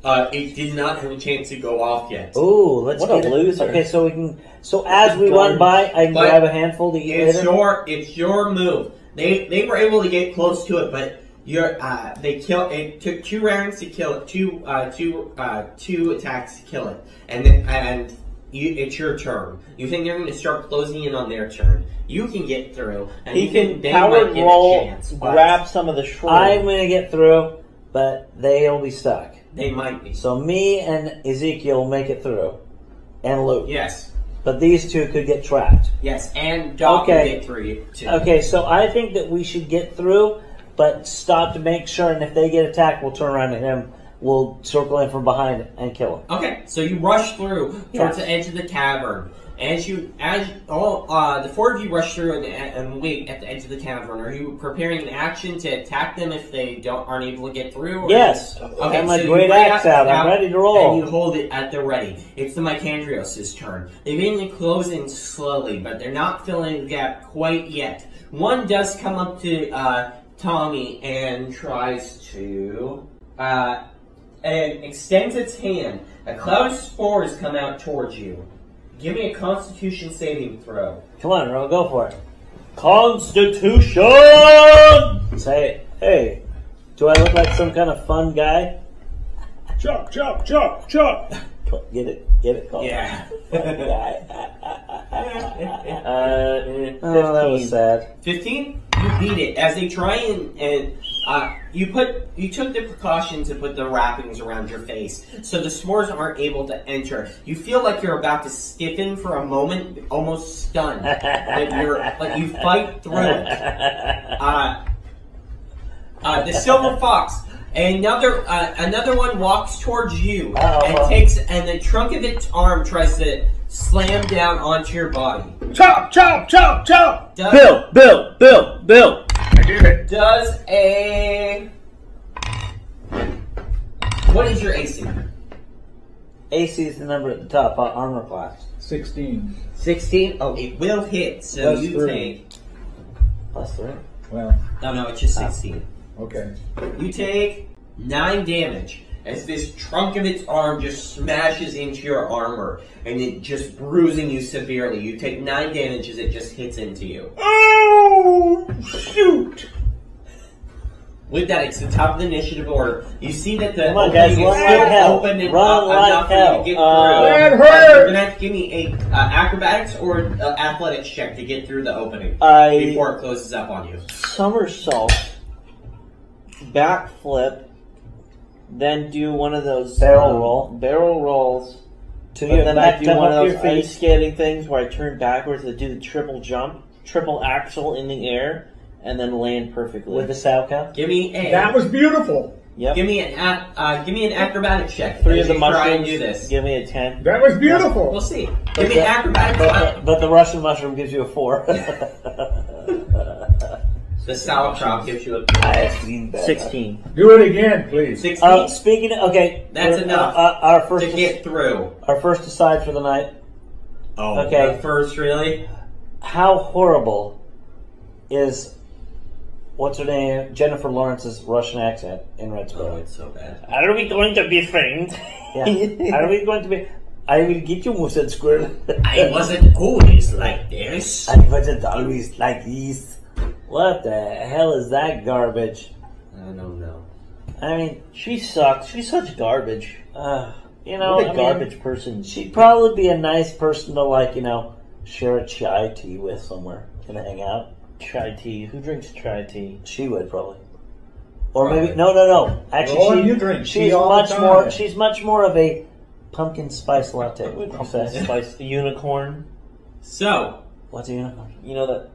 S1: Uh, it did not have a chance to go off yet.
S3: Ooh, let's
S5: What a
S3: get it.
S5: loser.
S3: Okay, so we can. So as we run
S5: Garbage.
S3: by, I can
S1: But
S3: grab a handful to eat
S1: It's
S3: later.
S1: your it's your move. They they were able to get close to it, but your uh, they kill. It took two rounds to kill it, two uh, two uh, two attacks to kill it, and then, and you, it's your turn. You think they're going to start closing in on their turn? You can get through, and
S5: He
S1: you can
S5: can
S1: they
S5: power
S1: might get a
S5: roll,
S1: chance, but
S5: grab some of the shroom.
S3: I'm gonna get through, but they'll be stuck.
S1: They might be.
S3: So me and Ezekiel make it through, and Luke.
S1: Yes,
S3: But these two could get trapped.
S1: yes, and Doc will
S3: Okay.
S1: get through you too.
S3: Okay, so I think that we should get through, but stop to make sure. And if they get attacked, we'll turn around to him. We'll circle in from behind and kill him.
S1: Okay, so you rush through towards
S3: Yes.
S1: the edge of the cavern. As you, as all, uh, the four of you rush through and, and wait at the edge of the cavern. Are you preparing an action to attack them if they don't aren't able to get through? or-
S3: Yes, I
S1: Okay,
S3: have my
S1: so you
S3: great
S1: bring
S3: axe
S1: out-
S3: out.
S1: out,
S3: I'm ready to
S1: And you
S3: roll.
S1: hold it at the ready. It's the Mycandrios' turn. They begin to close in slowly, but they're not filling the gap quite yet. One does come up to uh, Tommy and tries to uh, and extends its hand. A cloud of spores come out towards you. Give me a Constitution saving throw.
S3: Come on, Earl, go for it.
S5: Constitution!
S3: Say, hey, do I look like some kind of fun guy?
S4: Chop, chop, chop, chop.
S3: Get it, get it. Cole.
S1: <laughs> Yeah.
S3: Uh, oh, that
S1: <laughs>
S3: was sad.
S1: 15 you beat it as they try and, and uh, you put you took the precaution to put the wrappings around your face so the spores aren't able to enter you feel like you're about to stiffen for a moment almost stunned but
S3: <laughs>
S1: you're but you fight through it uh, uh, the silver fox. Another uh, another one walks towards you
S3: Uh-oh.
S1: and takes and the trunk of its arm tries to slam down onto your body.
S4: Chop, chop, chop, chop.
S1: Does,
S5: Bill, Bill, Bill!
S4: I did it.
S1: does a what is your AC?
S3: AC is the number at the top, uh, armor class.
S4: Sixteen.
S1: Sixteen. Oh, it will hit. So
S4: Plus
S1: you
S4: three.
S1: take.
S3: Plus three.
S4: Well,
S1: No, no, it's just sixteen.
S4: okay.
S1: You take nine damage as this trunk of its arm just smashes into your armor and it just bruising you severely. You take nine damage
S5: Oh,
S1: as it just hits into you.
S4: Oh shoot!
S1: With that, it's the top of the initiative order. You see that the
S5: Come on,
S1: opening
S5: guys,
S1: is
S5: run
S1: still
S5: like hell.
S1: open and
S5: Run
S1: up
S5: like
S1: enough for you
S5: hell.
S1: to get
S5: Uh,
S1: through.
S4: Let
S1: You're
S4: her!
S1: gonna have to give me a uh, acrobatics or uh, athletics check to get through the opening
S5: I
S1: before it closes up on you.
S5: somersault, backflip, then do one of those
S3: Barrel roll.
S5: barrel rolls.
S3: To
S5: But
S3: your
S5: then I
S3: back,
S5: do
S3: come
S5: one
S3: up
S5: of
S3: your
S5: those
S3: feet.
S5: ice skating things where I turn backwards and do the triple jump, triple axle in the air, and then land perfectly.
S3: with the sow cow.
S1: Give me a
S4: That was beautiful.
S5: yep.
S1: give me an ac- uh, give me an acrobatics check.
S5: Three
S1: as
S5: of the
S1: you try
S5: mushrooms.
S1: and do this.
S5: Give me a ten.
S4: That was
S1: We'll
S4: beautiful.
S1: see. Give me an
S3: But the,
S1: acrobatics.
S3: but the Russian mushroom gives you a
S5: <laughs>
S3: four. <laughs>
S1: The salad crop gives
S3: Uh,
S1: you a
S5: Sixteen.
S4: Do it again, please.
S1: sixteen
S3: Uh, speaking of, okay,
S1: That's
S3: uh,
S1: enough.
S3: Uh, our first,
S1: to get through.
S3: our first aside for the night.
S1: Oh,
S3: Okay.
S1: the first really.
S3: How horrible is what's her name? Jennifer Lawrence's Russian accent in Red
S1: Oh,
S3: Sparrow.
S1: it's so bad.
S5: Are we going to be friends?
S3: Yeah. Are we going to be? I will get you, Muset Squirrel.
S1: I wasn't always like this.
S3: <laughs> I wasn't always like this. What the hell is that garbage?
S1: I don't know.
S3: I mean,
S5: She sucks. She's such garbage.
S3: uh, you know,
S5: What
S3: I
S5: a
S3: mean,
S5: garbage person.
S3: she'd probably be a nice person to like, you know, share a chai tea with somewhere and hang out.
S5: Chai tea. Who drinks chai tea?
S3: She would probably, or maybe
S1: Probably.
S3: no, no, no. Actually,
S4: Oh,
S3: she,
S4: you drink tea
S3: she's
S4: all the
S3: much
S4: time.
S3: more. She's much more of a pumpkin spice latte. Would you say?
S5: Spice the unicorn.
S1: So
S3: What's a unicorn?
S5: You know that.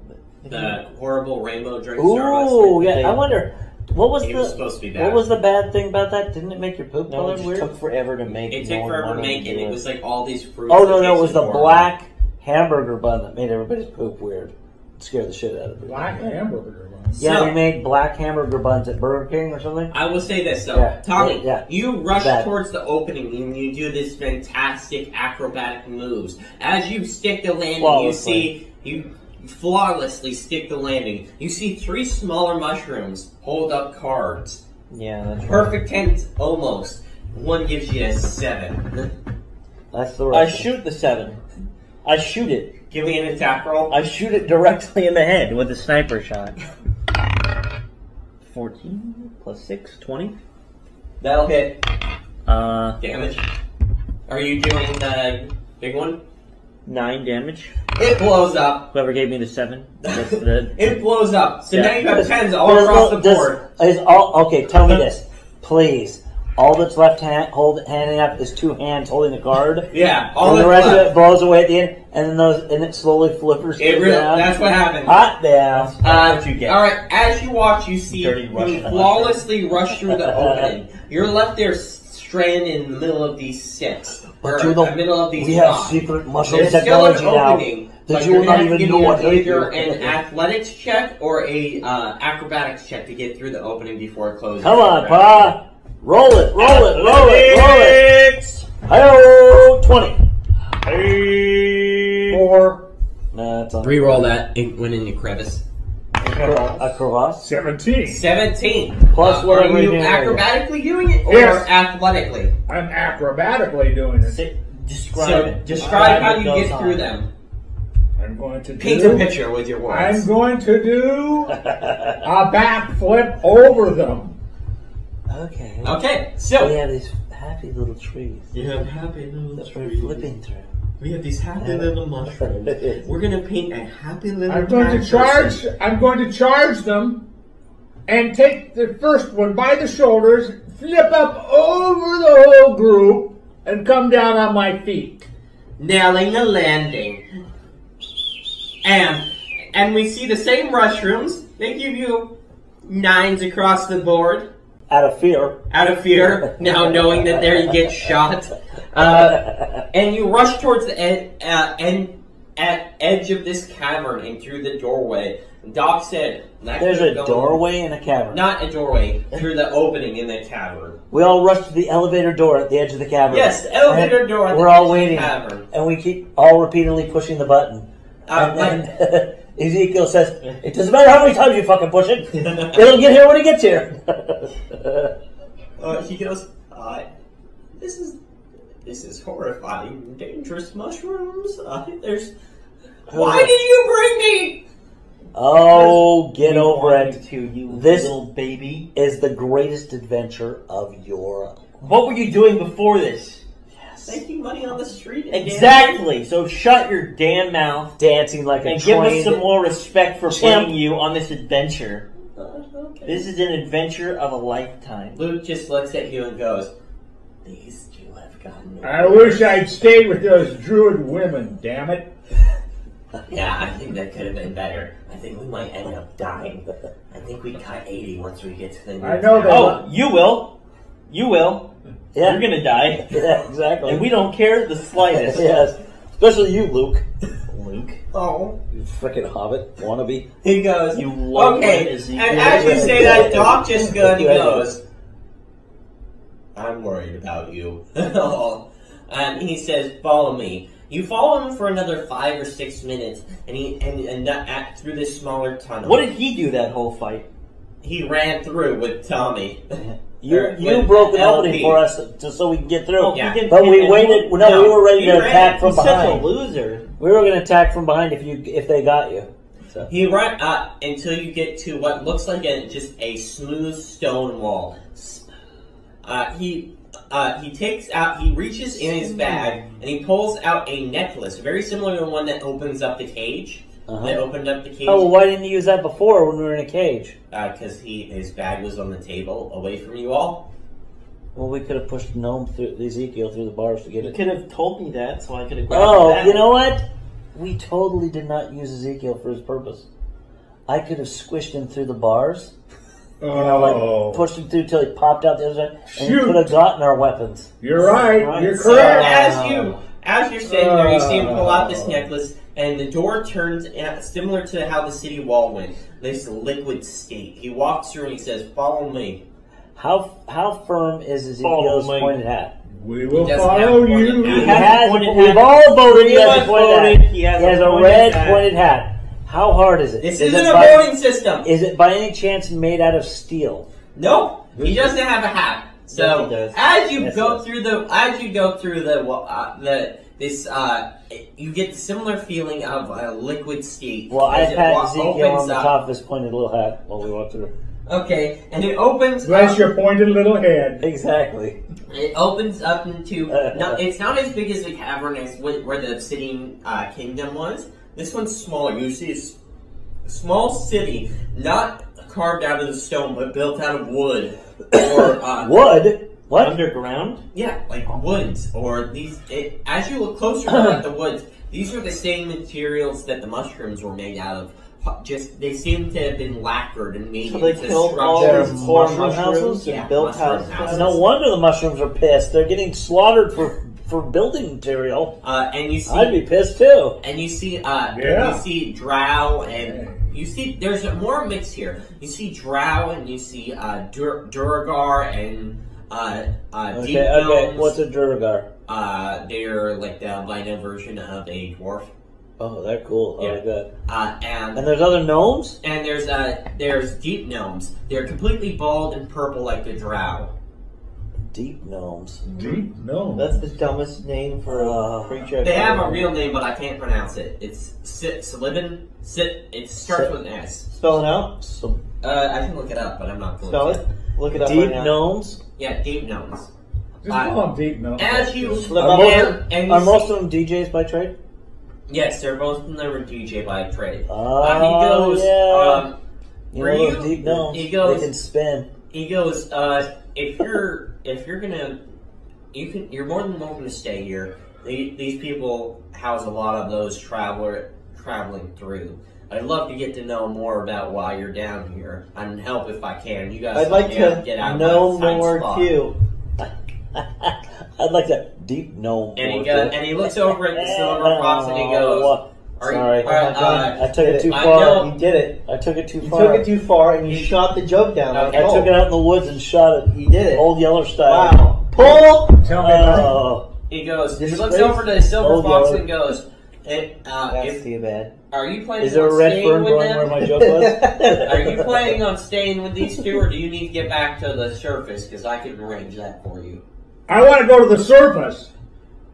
S1: the horrible rainbow drink.
S3: Ooh,
S1: Starbucks
S3: yeah.
S5: thing.
S3: I wonder what was
S1: It was
S3: the
S1: supposed to be bad.
S3: what was the bad thing about that? Didn't it make your poop
S5: No, it
S3: color
S5: just
S3: weird?
S5: took forever to make.
S1: It
S5: no
S1: took
S5: one
S1: forever to
S5: wanted
S1: make, and
S5: do
S1: it was like all these fruits.
S3: Oh
S1: that
S3: no, no, it was
S1: tasted
S3: the
S1: horrible.
S3: black hamburger bun that made everybody's poop weird. It scared the shit out of people.
S4: Black hamburger. ones.
S3: Yeah,
S1: So-
S3: they made black hamburger buns at Burger King or something.
S1: I will say this though,
S3: Yeah,
S1: Tommy,
S3: yeah, yeah.
S1: you rush
S3: Bad.
S1: towards the opening and you do this fantastic acrobatic moves. As you stick the landing,
S5: Flawlessly.
S1: you see you flawlessly stick the landing. You see three smaller mushrooms hold up cards,
S5: Yeah, that's right.
S1: perfect tense almost. One gives you a seven.
S3: That's the
S5: I
S3: right.
S5: shoot the seven. I shoot it.
S1: Give me an attack roll.
S5: I shoot it directly in the head with a sniper shot. 14 plus 6, 20.
S1: That'll hit
S5: Uh,
S1: damage. Are you doing the big one?
S5: 9 damage.
S1: It blows up. <laughs>
S5: Whoever gave me the 7. That's the.
S1: It blows up. So
S5: Yeah.
S1: now you have tens all across the board.
S3: Is all okay? Tell me this, please. All that's left hand hold handing up is two hands holding the card.
S1: Yeah, <laughs> all
S3: and
S1: that's
S3: the rest
S1: left.
S3: of it blows away at the end, and then those and it slowly flippers
S1: It really,
S3: down.
S1: that's what happened.
S3: Hot damn!
S1: Uh,
S5: what you get.
S1: All right, as you watch, you see
S5: Dirty
S1: you
S5: Russian
S1: flawlessly rush through the opening. You're left there stranded in the middle of these six, or
S3: But you know,
S1: the middle of these
S3: We have
S1: five.
S3: secret mushroom
S1: There's still an
S3: technology now.
S1: opening,
S3: that
S1: but
S3: you
S1: you're
S3: will
S1: gonna
S3: not
S1: have to
S3: even
S1: give
S3: know
S1: me
S3: what hit
S1: either
S3: you.
S1: an athletics check or a uh, acrobatics check to get through the opening before it closes.
S3: Come on, pa! Roll it, roll it, roll it, roll it! Hi-yo, twenty.
S4: Four,
S3: No, that's on
S1: Reroll that. It went in the crevice.
S3: a crevasse.
S4: seventeen.
S1: Seventeen.
S3: Plus
S1: uh,
S3: whatever
S1: Are
S3: you
S1: you
S3: do.
S1: acrobatically doing it or
S4: Yes.
S1: athletically?
S4: I'm acrobatically doing it.
S5: Si- Describe
S1: so
S5: it.
S1: describe how
S5: it
S1: you
S5: goes
S1: get
S5: on.
S1: through them.
S4: I'm going to
S1: Paint
S4: do.
S1: a picture with your words.
S4: I'm going to do a backflip over them.
S3: Okay.
S1: Okay,
S3: We
S1: so
S3: have these happy little trees
S1: you have happy little
S3: that we're flipping through.
S1: We have these happy little mushrooms. We're gonna paint a happy little.
S4: I'm going to
S1: cat
S4: charge.
S1: person.
S4: I'm going to charge them, and take the first one by the shoulders, flip up over the whole group, and come down on my feet.
S1: nailing the landing, and and we see the same mushrooms. They give you nines across the board
S3: Out of fear.
S1: out of
S3: <laughs>
S1: fear. now knowing that there you get shot, uh, and you rush towards the end, uh, end at edge of this cavern and through the doorway. Doc said, "That
S3: There's
S1: could
S3: a
S1: go-
S3: doorway in a cavern.
S1: Not a doorway, through the opening in the cavern.
S3: We all rush to the elevator door at the edge of the cavern.
S1: Yes, the elevator
S3: And
S1: door. at
S3: We're
S1: the edge
S3: all
S1: of the
S3: waiting,
S1: Cavern.
S3: and we keep all repeatedly pushing the button.
S1: Uh,
S3: and then <laughs> Ezekiel says, "It doesn't matter how many times you fucking
S1: <laughs>
S3: push it; it'll get here when it gets here."
S1: uh, he goes, uh, "This is this is horrifying, dangerous mushrooms. Uh, there's why did you bring me
S3: Oh, get
S5: We
S3: over
S5: want
S3: it.
S5: you To, you
S3: This-
S5: little baby.
S3: Is the greatest adventure of your
S5: What were you doing before this?
S1: Making money on the street. again.
S5: Exactly. So shut your damn mouth
S3: dancing like a
S5: and give us
S3: trained-
S5: some more respect for
S3: Champ.
S5: putting you on this adventure.
S1: Uh, okay.
S5: This is an adventure of a lifetime.
S1: Luke just looks at you and goes, "These two have gotten." me."
S4: I wish I'd stayed with those druid women, damn it.
S1: Yeah, I think that could have been better. I think we might end up dying. I think we cut eighty once we get to the.
S4: I know that-
S5: Oh, you will. You will.
S3: Yeah.
S5: You're gonna die.
S3: <laughs> Yeah, exactly.
S5: And we don't care
S3: <laughs>
S5: the slightest.
S3: yes, especially you, Luke.
S5: Luke.
S1: Oh.
S3: You freaking hobbit wannabe.
S1: He goes.
S5: You love
S1: Okay,
S5: is
S1: and as you say that, Doc just goes. and he
S3: Yeah.
S1: goes. I'm worried about you. <laughs> and he says, "Follow me." You follow him for another five or six minutes, and he and, and that, at, through this smaller tunnel.
S5: What did he do that whole fight?
S1: he ran through with Tommy?
S3: You
S1: Or
S3: you
S1: with
S3: broke an
S1: LP.
S3: opening for us just so we can get through.
S1: Yeah.
S5: He didn't-
S3: But we
S5: and-
S3: waited. No,
S1: No,
S3: we were ready
S1: he
S3: to
S1: ran.
S3: attack from
S5: He's such a
S3: behind.
S5: loser.
S3: We were going to attack from behind if you if they got you.
S1: You run up until you get to what looks like a, just a smooth stone wall. Uh, he uh, he takes out, he reaches in his bag and he pulls out a necklace, very similar to the one that opens up the cage. That
S3: Uh-huh.
S1: opened up the cage
S3: Oh, well, why didn't you use that before when we were in a cage?
S1: because he his bag was on the table, away from you all.
S3: Well, we could have pushed gnome through Ezekiel through the bars to get
S5: You
S3: it.
S5: could have told me that, so I could have. grabbed
S3: Oh,
S5: that.
S3: you know what? We totally did not use Ezekiel for his purpose. I could have squished him through the bars,
S4: Oh,
S3: you know, like pushed him through till he popped out the other side, and
S4: Shoot.
S3: we could have gotten our weapons.
S4: you're right.
S5: Right.
S4: You're
S1: So
S4: correct.
S1: as you as you're standing there, you see him pull out this necklace, and the door turns uh, similar to how the city wall went. This liquid state. He walks through and he says, "Follow me."
S3: How how firm
S4: Oh,
S3: is
S5: Follow
S3: Ezekiel's
S5: me.
S3: pointed hat?
S4: We will
S1: Doesn't have
S4: follow
S1: more than
S4: you.
S5: He
S3: He
S5: has a
S3: has.
S5: pointed
S3: we've
S5: hat.
S3: all voted. He
S5: He
S3: has
S5: was
S3: a pointed
S5: voted,
S3: hat.
S5: he has a
S3: a
S5: pointed
S3: red
S5: hat.
S3: pointed hat. How hard is it?
S1: This
S3: Is
S1: isn't
S3: it
S1: a
S3: by-
S1: voting system.
S3: Is it by any chance made out of steel?
S1: Nope, he doesn't have a hat.
S5: Yes, he
S1: So
S5: does.
S1: as you
S5: Yes, he
S1: go
S5: does.
S1: through the as you go through the wa- uh, the this uh, you get the similar feeling of a liquid state.
S3: Well,
S1: as
S3: I've
S1: it
S3: had
S1: wa-
S3: Ezekiel on
S1: opens
S3: the
S1: up.
S3: top of his pointed little hat while we walked through.
S1: Okay, and it opens.
S4: Bless
S1: up-
S4: your pointed little head.
S3: Exactly.
S1: It opens up into.
S3: Uh,
S1: no, it's not as big as the cavern as wh- where the Obsidian uh, Kingdom was. This one's smaller. You see a s- small city, not carved out of the stone, but built out of wood. or, uh,
S3: Wood. What?
S5: Underground?
S1: yeah, like woods. Or these. It, as you look
S3: <coughs>
S1: closer to like, the woods, these are the same materials that the mushrooms were made out of. Ho- Just they seem to have been lacquered and made
S5: So they
S1: into
S5: killed all
S1: structures.
S5: these poor
S3: Mushroom
S5: mushrooms
S3: houses?
S5: and
S1: Yeah,
S5: built
S1: mushroom
S5: houses.
S1: houses.
S3: No wonder the mushrooms are pissed. They're getting slaughtered for for building material.
S1: Uh, and you see
S3: I'd be pissed too.
S1: and you see uh
S4: Yeah.
S1: you see drow and you see there's a more mix here you see drow and you see uh Dur- durgar and uh uh deep
S3: Okay. Okay.
S1: gnomes.
S3: What's a Durgar?
S1: uh they're like the albino version of a dwarf
S3: Oh, they're cool. I
S1: Yeah.
S3: like that.
S1: uh and
S3: And there's other gnomes.
S1: and there's uh there's deep gnomes they're completely bald and purple like the drow
S3: Deep gnomes.
S4: Deep no.
S5: That's the dumbest name for a
S3: Uh,
S5: creature. I've
S1: they have a
S5: ever-
S1: real name but i can't pronounce it it's sit slibin sit it starts
S3: Sil-
S1: with an s
S5: Spell it out.
S3: Some
S1: uh i can look it up but i'm not going
S5: Spell
S1: to
S5: it. Look it up
S3: deep
S5: right now.
S3: gnomes.
S1: yeah deep gnomes
S4: Just call them deep no.
S1: As you
S5: Slip
S1: and-
S5: up
S1: and, you
S3: Are
S1: see-
S3: most of them DJs by trade?
S1: yes, they're both from the DJ by trade.
S3: Oh,
S1: Uh, he goes,
S3: yeah.
S1: um,
S3: you
S1: were
S3: know
S1: you-
S3: those deep gnomes.
S1: he goes-
S3: They can spin.
S1: he goes, uh, if you're if you're gonna, you can you're more than welcome to stay here. The- These people house a lot of those traveler traveling through. I'd love to get to know more about why you're down here. I can help if I can. You guys,
S5: I'd like
S1: help me out,
S5: to
S1: get out of
S5: know
S1: my tight
S5: more
S1: spot.
S5: too.
S3: <laughs> I'd like that deep gnome.
S1: And he
S3: voice.
S1: goes, and he looks over at the silver fox, and he goes,
S3: Oh,
S1: "Are you-
S3: sorry.
S1: are- uh,
S3: I took it too
S1: I
S3: far.
S1: know.
S5: You did it.
S3: I took it too
S5: You
S3: far.
S5: took it too far and you
S1: You-
S5: shot the joke down. oh,
S1: Okay.
S3: I took it out in the woods and shot
S5: You did
S3: it
S5: it.
S3: old Yeller style.
S5: Wow. Pull.
S4: Tell me about
S3: Oh,
S1: He goes. He
S5: This
S1: looks
S5: place?
S1: over to the silver
S3: Oh,
S1: fox
S3: yeah.
S1: and goes. It, uh,
S5: That's
S1: if,
S5: too bad.
S1: are you planning
S3: is there
S1: on
S3: a red
S1: staying
S3: fern
S1: with
S3: going
S1: them?
S3: where my
S1: <laughs>
S3: joke was?
S5: <laughs>
S1: are you planning on staying with these two, or do you need to get back to the surface? Because I can arrange that for you.
S4: I want to go to the surface.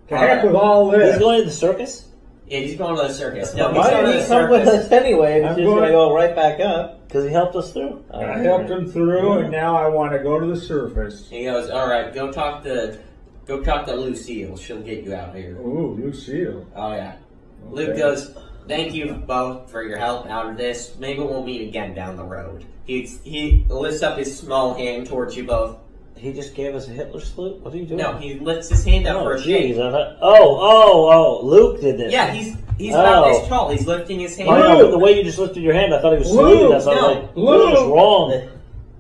S4: To
S1: All
S4: heck
S1: right.
S4: with all
S3: He's
S4: this.
S3: going to the circus.
S1: Yeah, he's going to the circus. No, he's
S6: Why
S1: going to
S6: did
S1: the
S6: he come with
S1: circus.
S6: us anyway?
S4: I'm
S6: We're just going to
S4: going-
S6: go right back up.
S3: because he helped us through.
S4: I helped him through, and now I want to go to the surface.
S1: He goes, all right, go talk to, go talk to Lucille. She'll get you out of here.
S4: Ooh, Lucille.
S1: Oh yeah. Luke uh,
S4: Okay.
S1: goes, thank you both for your help out of this. Maybe we'll meet again down the road. He he lifts up his small hand towards you both.
S3: He just gave us a Hitler salute. What are you doing?
S1: No, he lifts his hand up
S3: Oh,
S1: for a
S3: jeez,
S1: shake.
S3: I thought- oh, oh, oh! Luke did this.
S1: Yeah, he's he's about
S3: Oh.
S1: this tall. He's lifting his hand.
S3: Oh, no,
S4: Luke!
S3: but the way you just lifted your hand, I thought he was
S4: Luke,
S3: saluting us. I was
S1: no,
S3: like, what was
S4: Luke.
S3: wrong?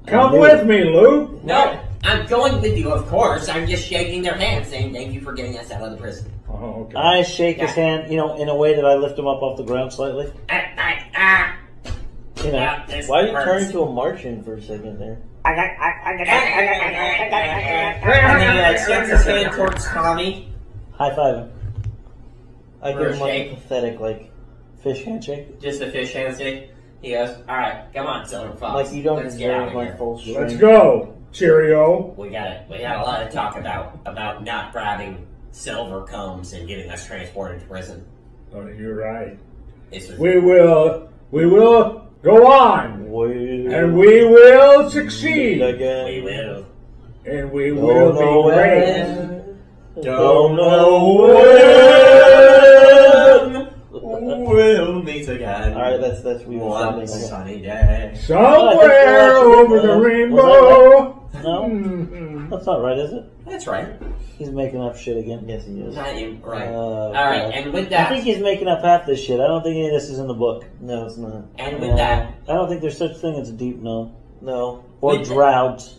S4: Come
S3: Luke.
S4: with me, Luke.
S1: No, I'm going with you, of course. I'm just shaking their hand, saying thank you for getting us out of the prison.
S4: Oh, okay.
S3: I shake his
S1: Yeah.
S3: hand, you know, in a way that I lift him up off the ground slightly.
S1: Ah, ah, ah,
S3: You know,
S1: ah, this
S6: Why did you turn
S1: hurts.
S6: into a Martian for a second there?
S1: Ah, And then he like sets his hand towards Tommy.
S3: high five him.
S6: I
S1: For a
S6: give him like
S1: shake.
S6: a pathetic, like,
S3: Fish handshake.
S1: Just a fish handshake. He goes, "All right, come on, Silver Fox.
S6: like you don't
S1: Oh, Let's get out
S6: deserve
S1: of
S6: my
S1: here.
S6: full strength.
S4: Let's go. Cheerio.
S1: We got we had a lot of talk about about not grabbing silver combs and getting us transported to prison.
S4: Oh, you're right.
S1: This was
S4: We will. We will go on,
S6: Wait.
S4: and we will
S6: Meet
S4: succeed,
S6: again.
S1: we will.
S4: and
S3: oh,
S4: we
S6: Don't
S4: will
S6: know
S4: be great.
S6: when.
S4: Don't
S6: Don't
S4: know
S6: know
S1: We'll meet again.
S6: All right, that's that's we were
S1: one
S6: sounding like.
S1: sunny day.
S4: Somewhere over the rainbow.
S3: No,
S4: Mhm.
S3: that's not right, is it?
S1: That's right.
S3: He's making up shit again.
S6: Yes, he is.
S1: Not you. Right.
S3: Uh,
S1: All right, and with
S3: I
S1: that,
S3: think he's making up half this shit. I don't think any of this is in the book.
S6: No, it's not.
S1: and with that,
S3: Uh, I don't think there's such thing as a deep no
S6: No,
S3: or
S1: With-
S3: drought.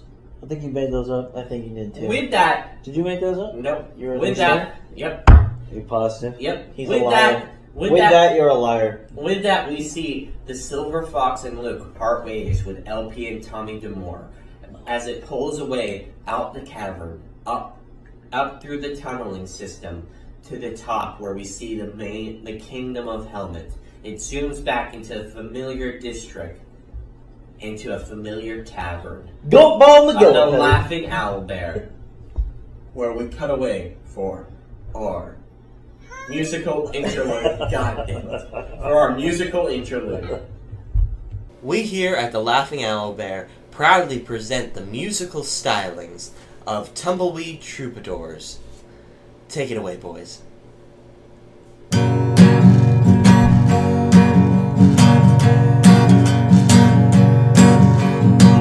S3: I think you made those up.
S6: I think you did too.
S1: with that,
S3: Did you make those up?
S1: nope.
S6: You're a
S1: with
S6: listener?
S1: that, yep,
S3: Are you positive?
S1: yep.
S6: He's
S1: with
S6: a liar.
S1: that, with,
S6: With
S1: that,
S6: that, you're a liar.
S1: With that, we see the Silver Fox and Luke part ways with LP and Tommy Demore as it pulls away out the cavern, up, up through the tunneling system to the top where we see the main, the Kingdom of Helmet. It zooms back into a familiar district, into a familiar tavern
S6: Go bomb the
S1: of the
S6: goat. Heather.
S1: Laughing Owl Bear, where we cut away for our musical interlude. God damn it. For our musical interlude. We here at the Laughing Owl Bear proudly present the musical stylings of Tumbleweed Troubadours. Take it away, boys.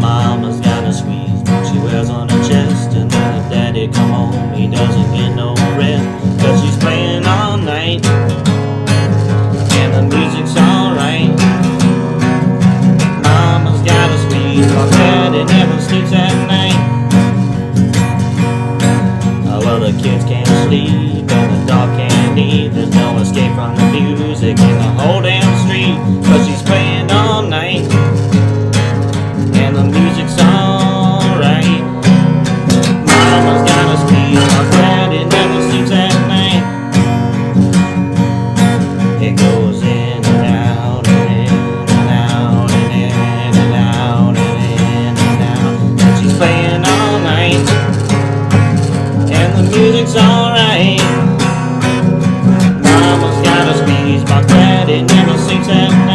S5: Mama's got a squeeze she wears on her chest. And then if daddy come home, he doesn't get no rest. Cause she's playing all night. And the music's alright. Mama's got a squeeze but daddy never sleeps at night. All other kids can't sleep and the dog can't eat. There's no escape from the music in the whole damn street. Cause she's playing all night and the music's alright. Mama's got a speed, my daddy never sleeps at night. It goes in and out and in and out and in and out and in and out. And she's playing all night, and the music's alright. Mama's got a squeeze, my daddy never sleeps at night.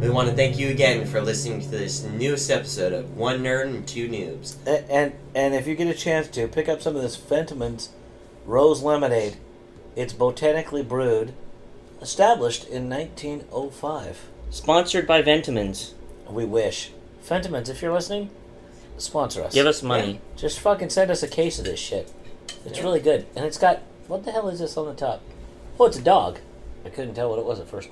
S1: We want to thank you again for listening to this newest episode of One Nerd and Two Noobs.
S3: And, and and if you get a chance to pick up some of this Fentimans Rose Lemonade, it's botanically brewed, established in 1905.
S5: Sponsored by Ventimans.
S3: We wish Fentimans, if you're listening, sponsor us.
S5: Give us money.
S3: Just fucking send us a case of this shit. It's really good, and it's got what the hell is this on the top? Oh, it's a dog. I couldn't tell what it was at first.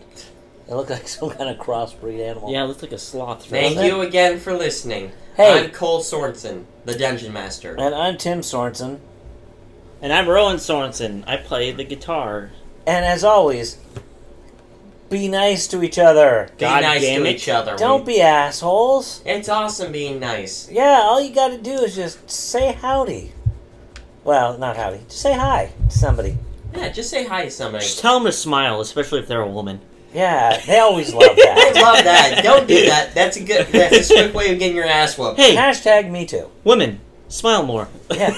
S3: It looked like <laughs> some kind of crossbreed animal.
S5: Yeah, it looks like a sloth. right?
S1: Thank you again for listening.
S3: Hey.
S1: I'm Cole Sorensen, the Dungeon Master.
S3: And I'm Tim Sorensen.
S5: And I'm Rowan Sorensen. I play the guitar.
S3: And as always, be nice to each other.
S1: Be
S5: God
S1: nice
S5: damn
S1: to
S5: it.
S1: each other.
S3: Don't be assholes.
S1: It's awesome being nice.
S3: Yeah, all you got to do is just say howdy. Well, not howdy. Just say hi to somebody.
S1: Yeah, just say hi to somebody.
S5: Just tell them to smile, especially if they're a woman.
S3: Yeah, they always love
S1: I <laughs>
S3: that.
S1: love that. Don't do that. That's a good. That's a quick way of getting your ass whooped.
S5: Hey,
S3: Hashtag me too.
S5: women, smile more.
S3: Yeah.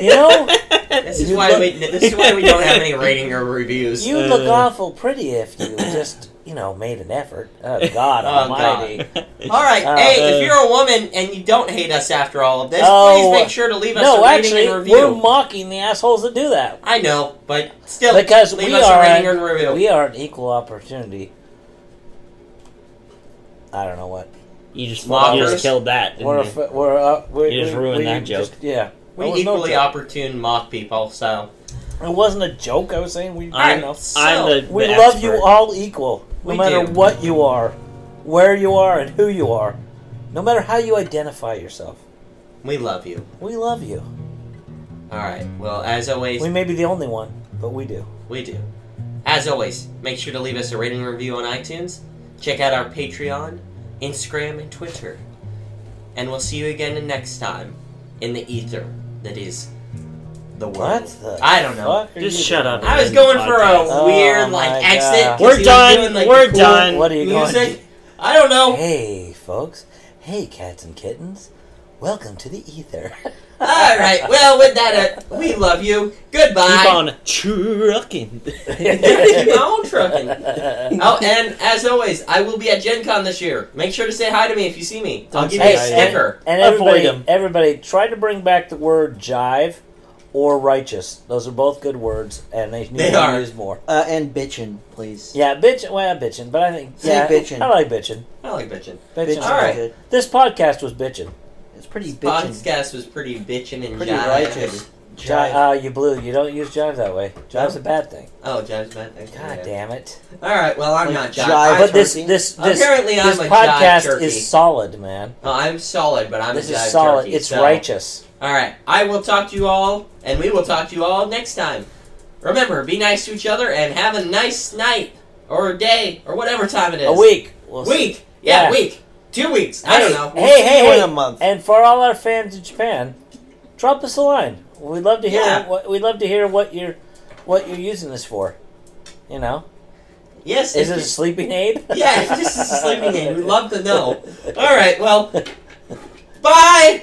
S3: You know,
S1: This is why we this is why we don't have any rating or reviews.
S3: You'd look awful pretty if you just, you know, made an effort. Oh, God
S1: Oh, God.
S3: almighty.
S1: All right,
S3: Uh,
S1: hey,
S3: uh,
S1: if you're a woman and you don't hate us after all of this,
S3: Oh,
S1: please make sure to leave us a
S3: No,
S1: rating
S3: actually,
S1: and
S3: we're
S1: review.
S3: mocking the assholes that do that.
S1: I know, but still,
S3: Because
S1: leave
S3: we
S1: us
S3: are
S1: a rating
S3: an-
S1: and review.
S3: We are an equal opportunity. I don't know what.
S5: <laughs> You just, you
S1: Mockers.
S5: just killed that. didn't
S3: We're,
S5: you?
S3: aff- we're, uh, we're,
S5: You just
S3: we-
S5: ruined
S3: we
S5: that joke.
S3: just- yeah.
S1: We
S3: That was no
S1: equally
S3: joke.
S1: opportune mock people, so.
S3: It wasn't a joke. I was saying we.
S5: I'm-
S3: you know.
S1: So,
S5: I'm the, the
S3: We love
S5: expert.
S3: you all equal, no
S1: We
S3: matter
S1: do.
S3: what you are, where you are, and who you are, no matter how you identify yourself.
S1: We love you.
S3: We love you.
S1: All right. Well, as always,
S3: We may be the only one, but we do.
S1: we do. As always, make sure to leave us a rating and review on iTunes. Check out our Patreon, Instagram, and Twitter. And we'll see you again next time in the ether that is the world.
S3: What the?
S1: I don't know.
S3: fuck are
S5: Just
S3: you
S5: shut
S3: doing?
S5: up.
S1: I was going for a
S3: Oh,
S1: weird
S3: my
S1: like exit. 'cause
S5: We're
S1: he was
S5: done.
S1: doing, like,
S5: We're
S1: cool
S5: done.
S3: What are you going
S1: music. I don't
S3: to?
S1: know.
S3: Hey, folks. Hey, cats and kittens. Welcome to the ether.
S1: All
S3: <laughs>
S1: right. <laughs> Well, with that, uh, we love you. Goodbye.
S5: Keep on trucking.
S1: Keep on trucking.
S3: <laughs>
S1: Oh, and as always, I will be at Gen Con this year. Make sure to say hi to me if you see me. I'll give you
S3: Hey,
S1: a sticker.
S3: and
S5: Avoid
S3: everybody,
S5: 'em.
S3: everybody, try to bring back the word jive or righteous. Those are both good words, and they need
S1: They
S3: to be
S1: are.
S3: used more.
S9: Uh, and bitchin, please.
S3: Yeah, bitch. Well, bitching, but I think
S9: Say
S3: yeah,
S9: bitchin'.
S3: I like bitching.
S1: I like bitching.
S3: Bitching.
S9: Bitchin's
S1: All right.
S9: good.
S3: This podcast was bitching.
S9: It's pretty bitchin.
S1: Podcast was pretty bitching and
S9: Pretty
S1: jive.
S9: righteous.
S3: Jive.
S9: Jive.
S3: uh, you blew. You don't use jive that way. Jive's a bad thing.
S1: Oh, jive's bad. Okay,
S3: God
S1: yeah.
S3: damn it!
S1: All right. Well, I'm
S9: Like
S1: not jive.
S9: jive.
S1: I'm-
S3: But this
S9: turkey.
S3: this this
S1: Apparently,
S3: this
S1: I'm a jive
S3: podcast
S1: turkey.
S3: is solid, man.
S1: oh, I'm solid, but I'm
S3: this
S1: a
S3: is
S1: jive
S3: solid.
S1: turkey,
S3: it's
S1: so-
S3: righteous.
S1: All right. I will talk to you all, and we will talk to you all next time. Remember, be nice to each other and have a nice night or day or whatever time it is.
S3: A week. We'll see.
S1: Week. Yeah,
S3: Yeah.
S1: week. Two weeks. I don't
S3: Hey,
S1: know.
S3: Hey, hey,
S9: Two in
S3: hey!
S9: a month.
S3: And for all our fans in Japan, drop us a line. We'd love to hear.
S1: Yeah.
S3: What, we'd love to hear what you're what you're using this for. You know,
S1: Yes.
S3: is
S1: if
S3: it a
S1: you-
S3: sleeping aid? <laughs>
S1: Yeah, this is a sleeping in. We'd love to know. All right, well, bye.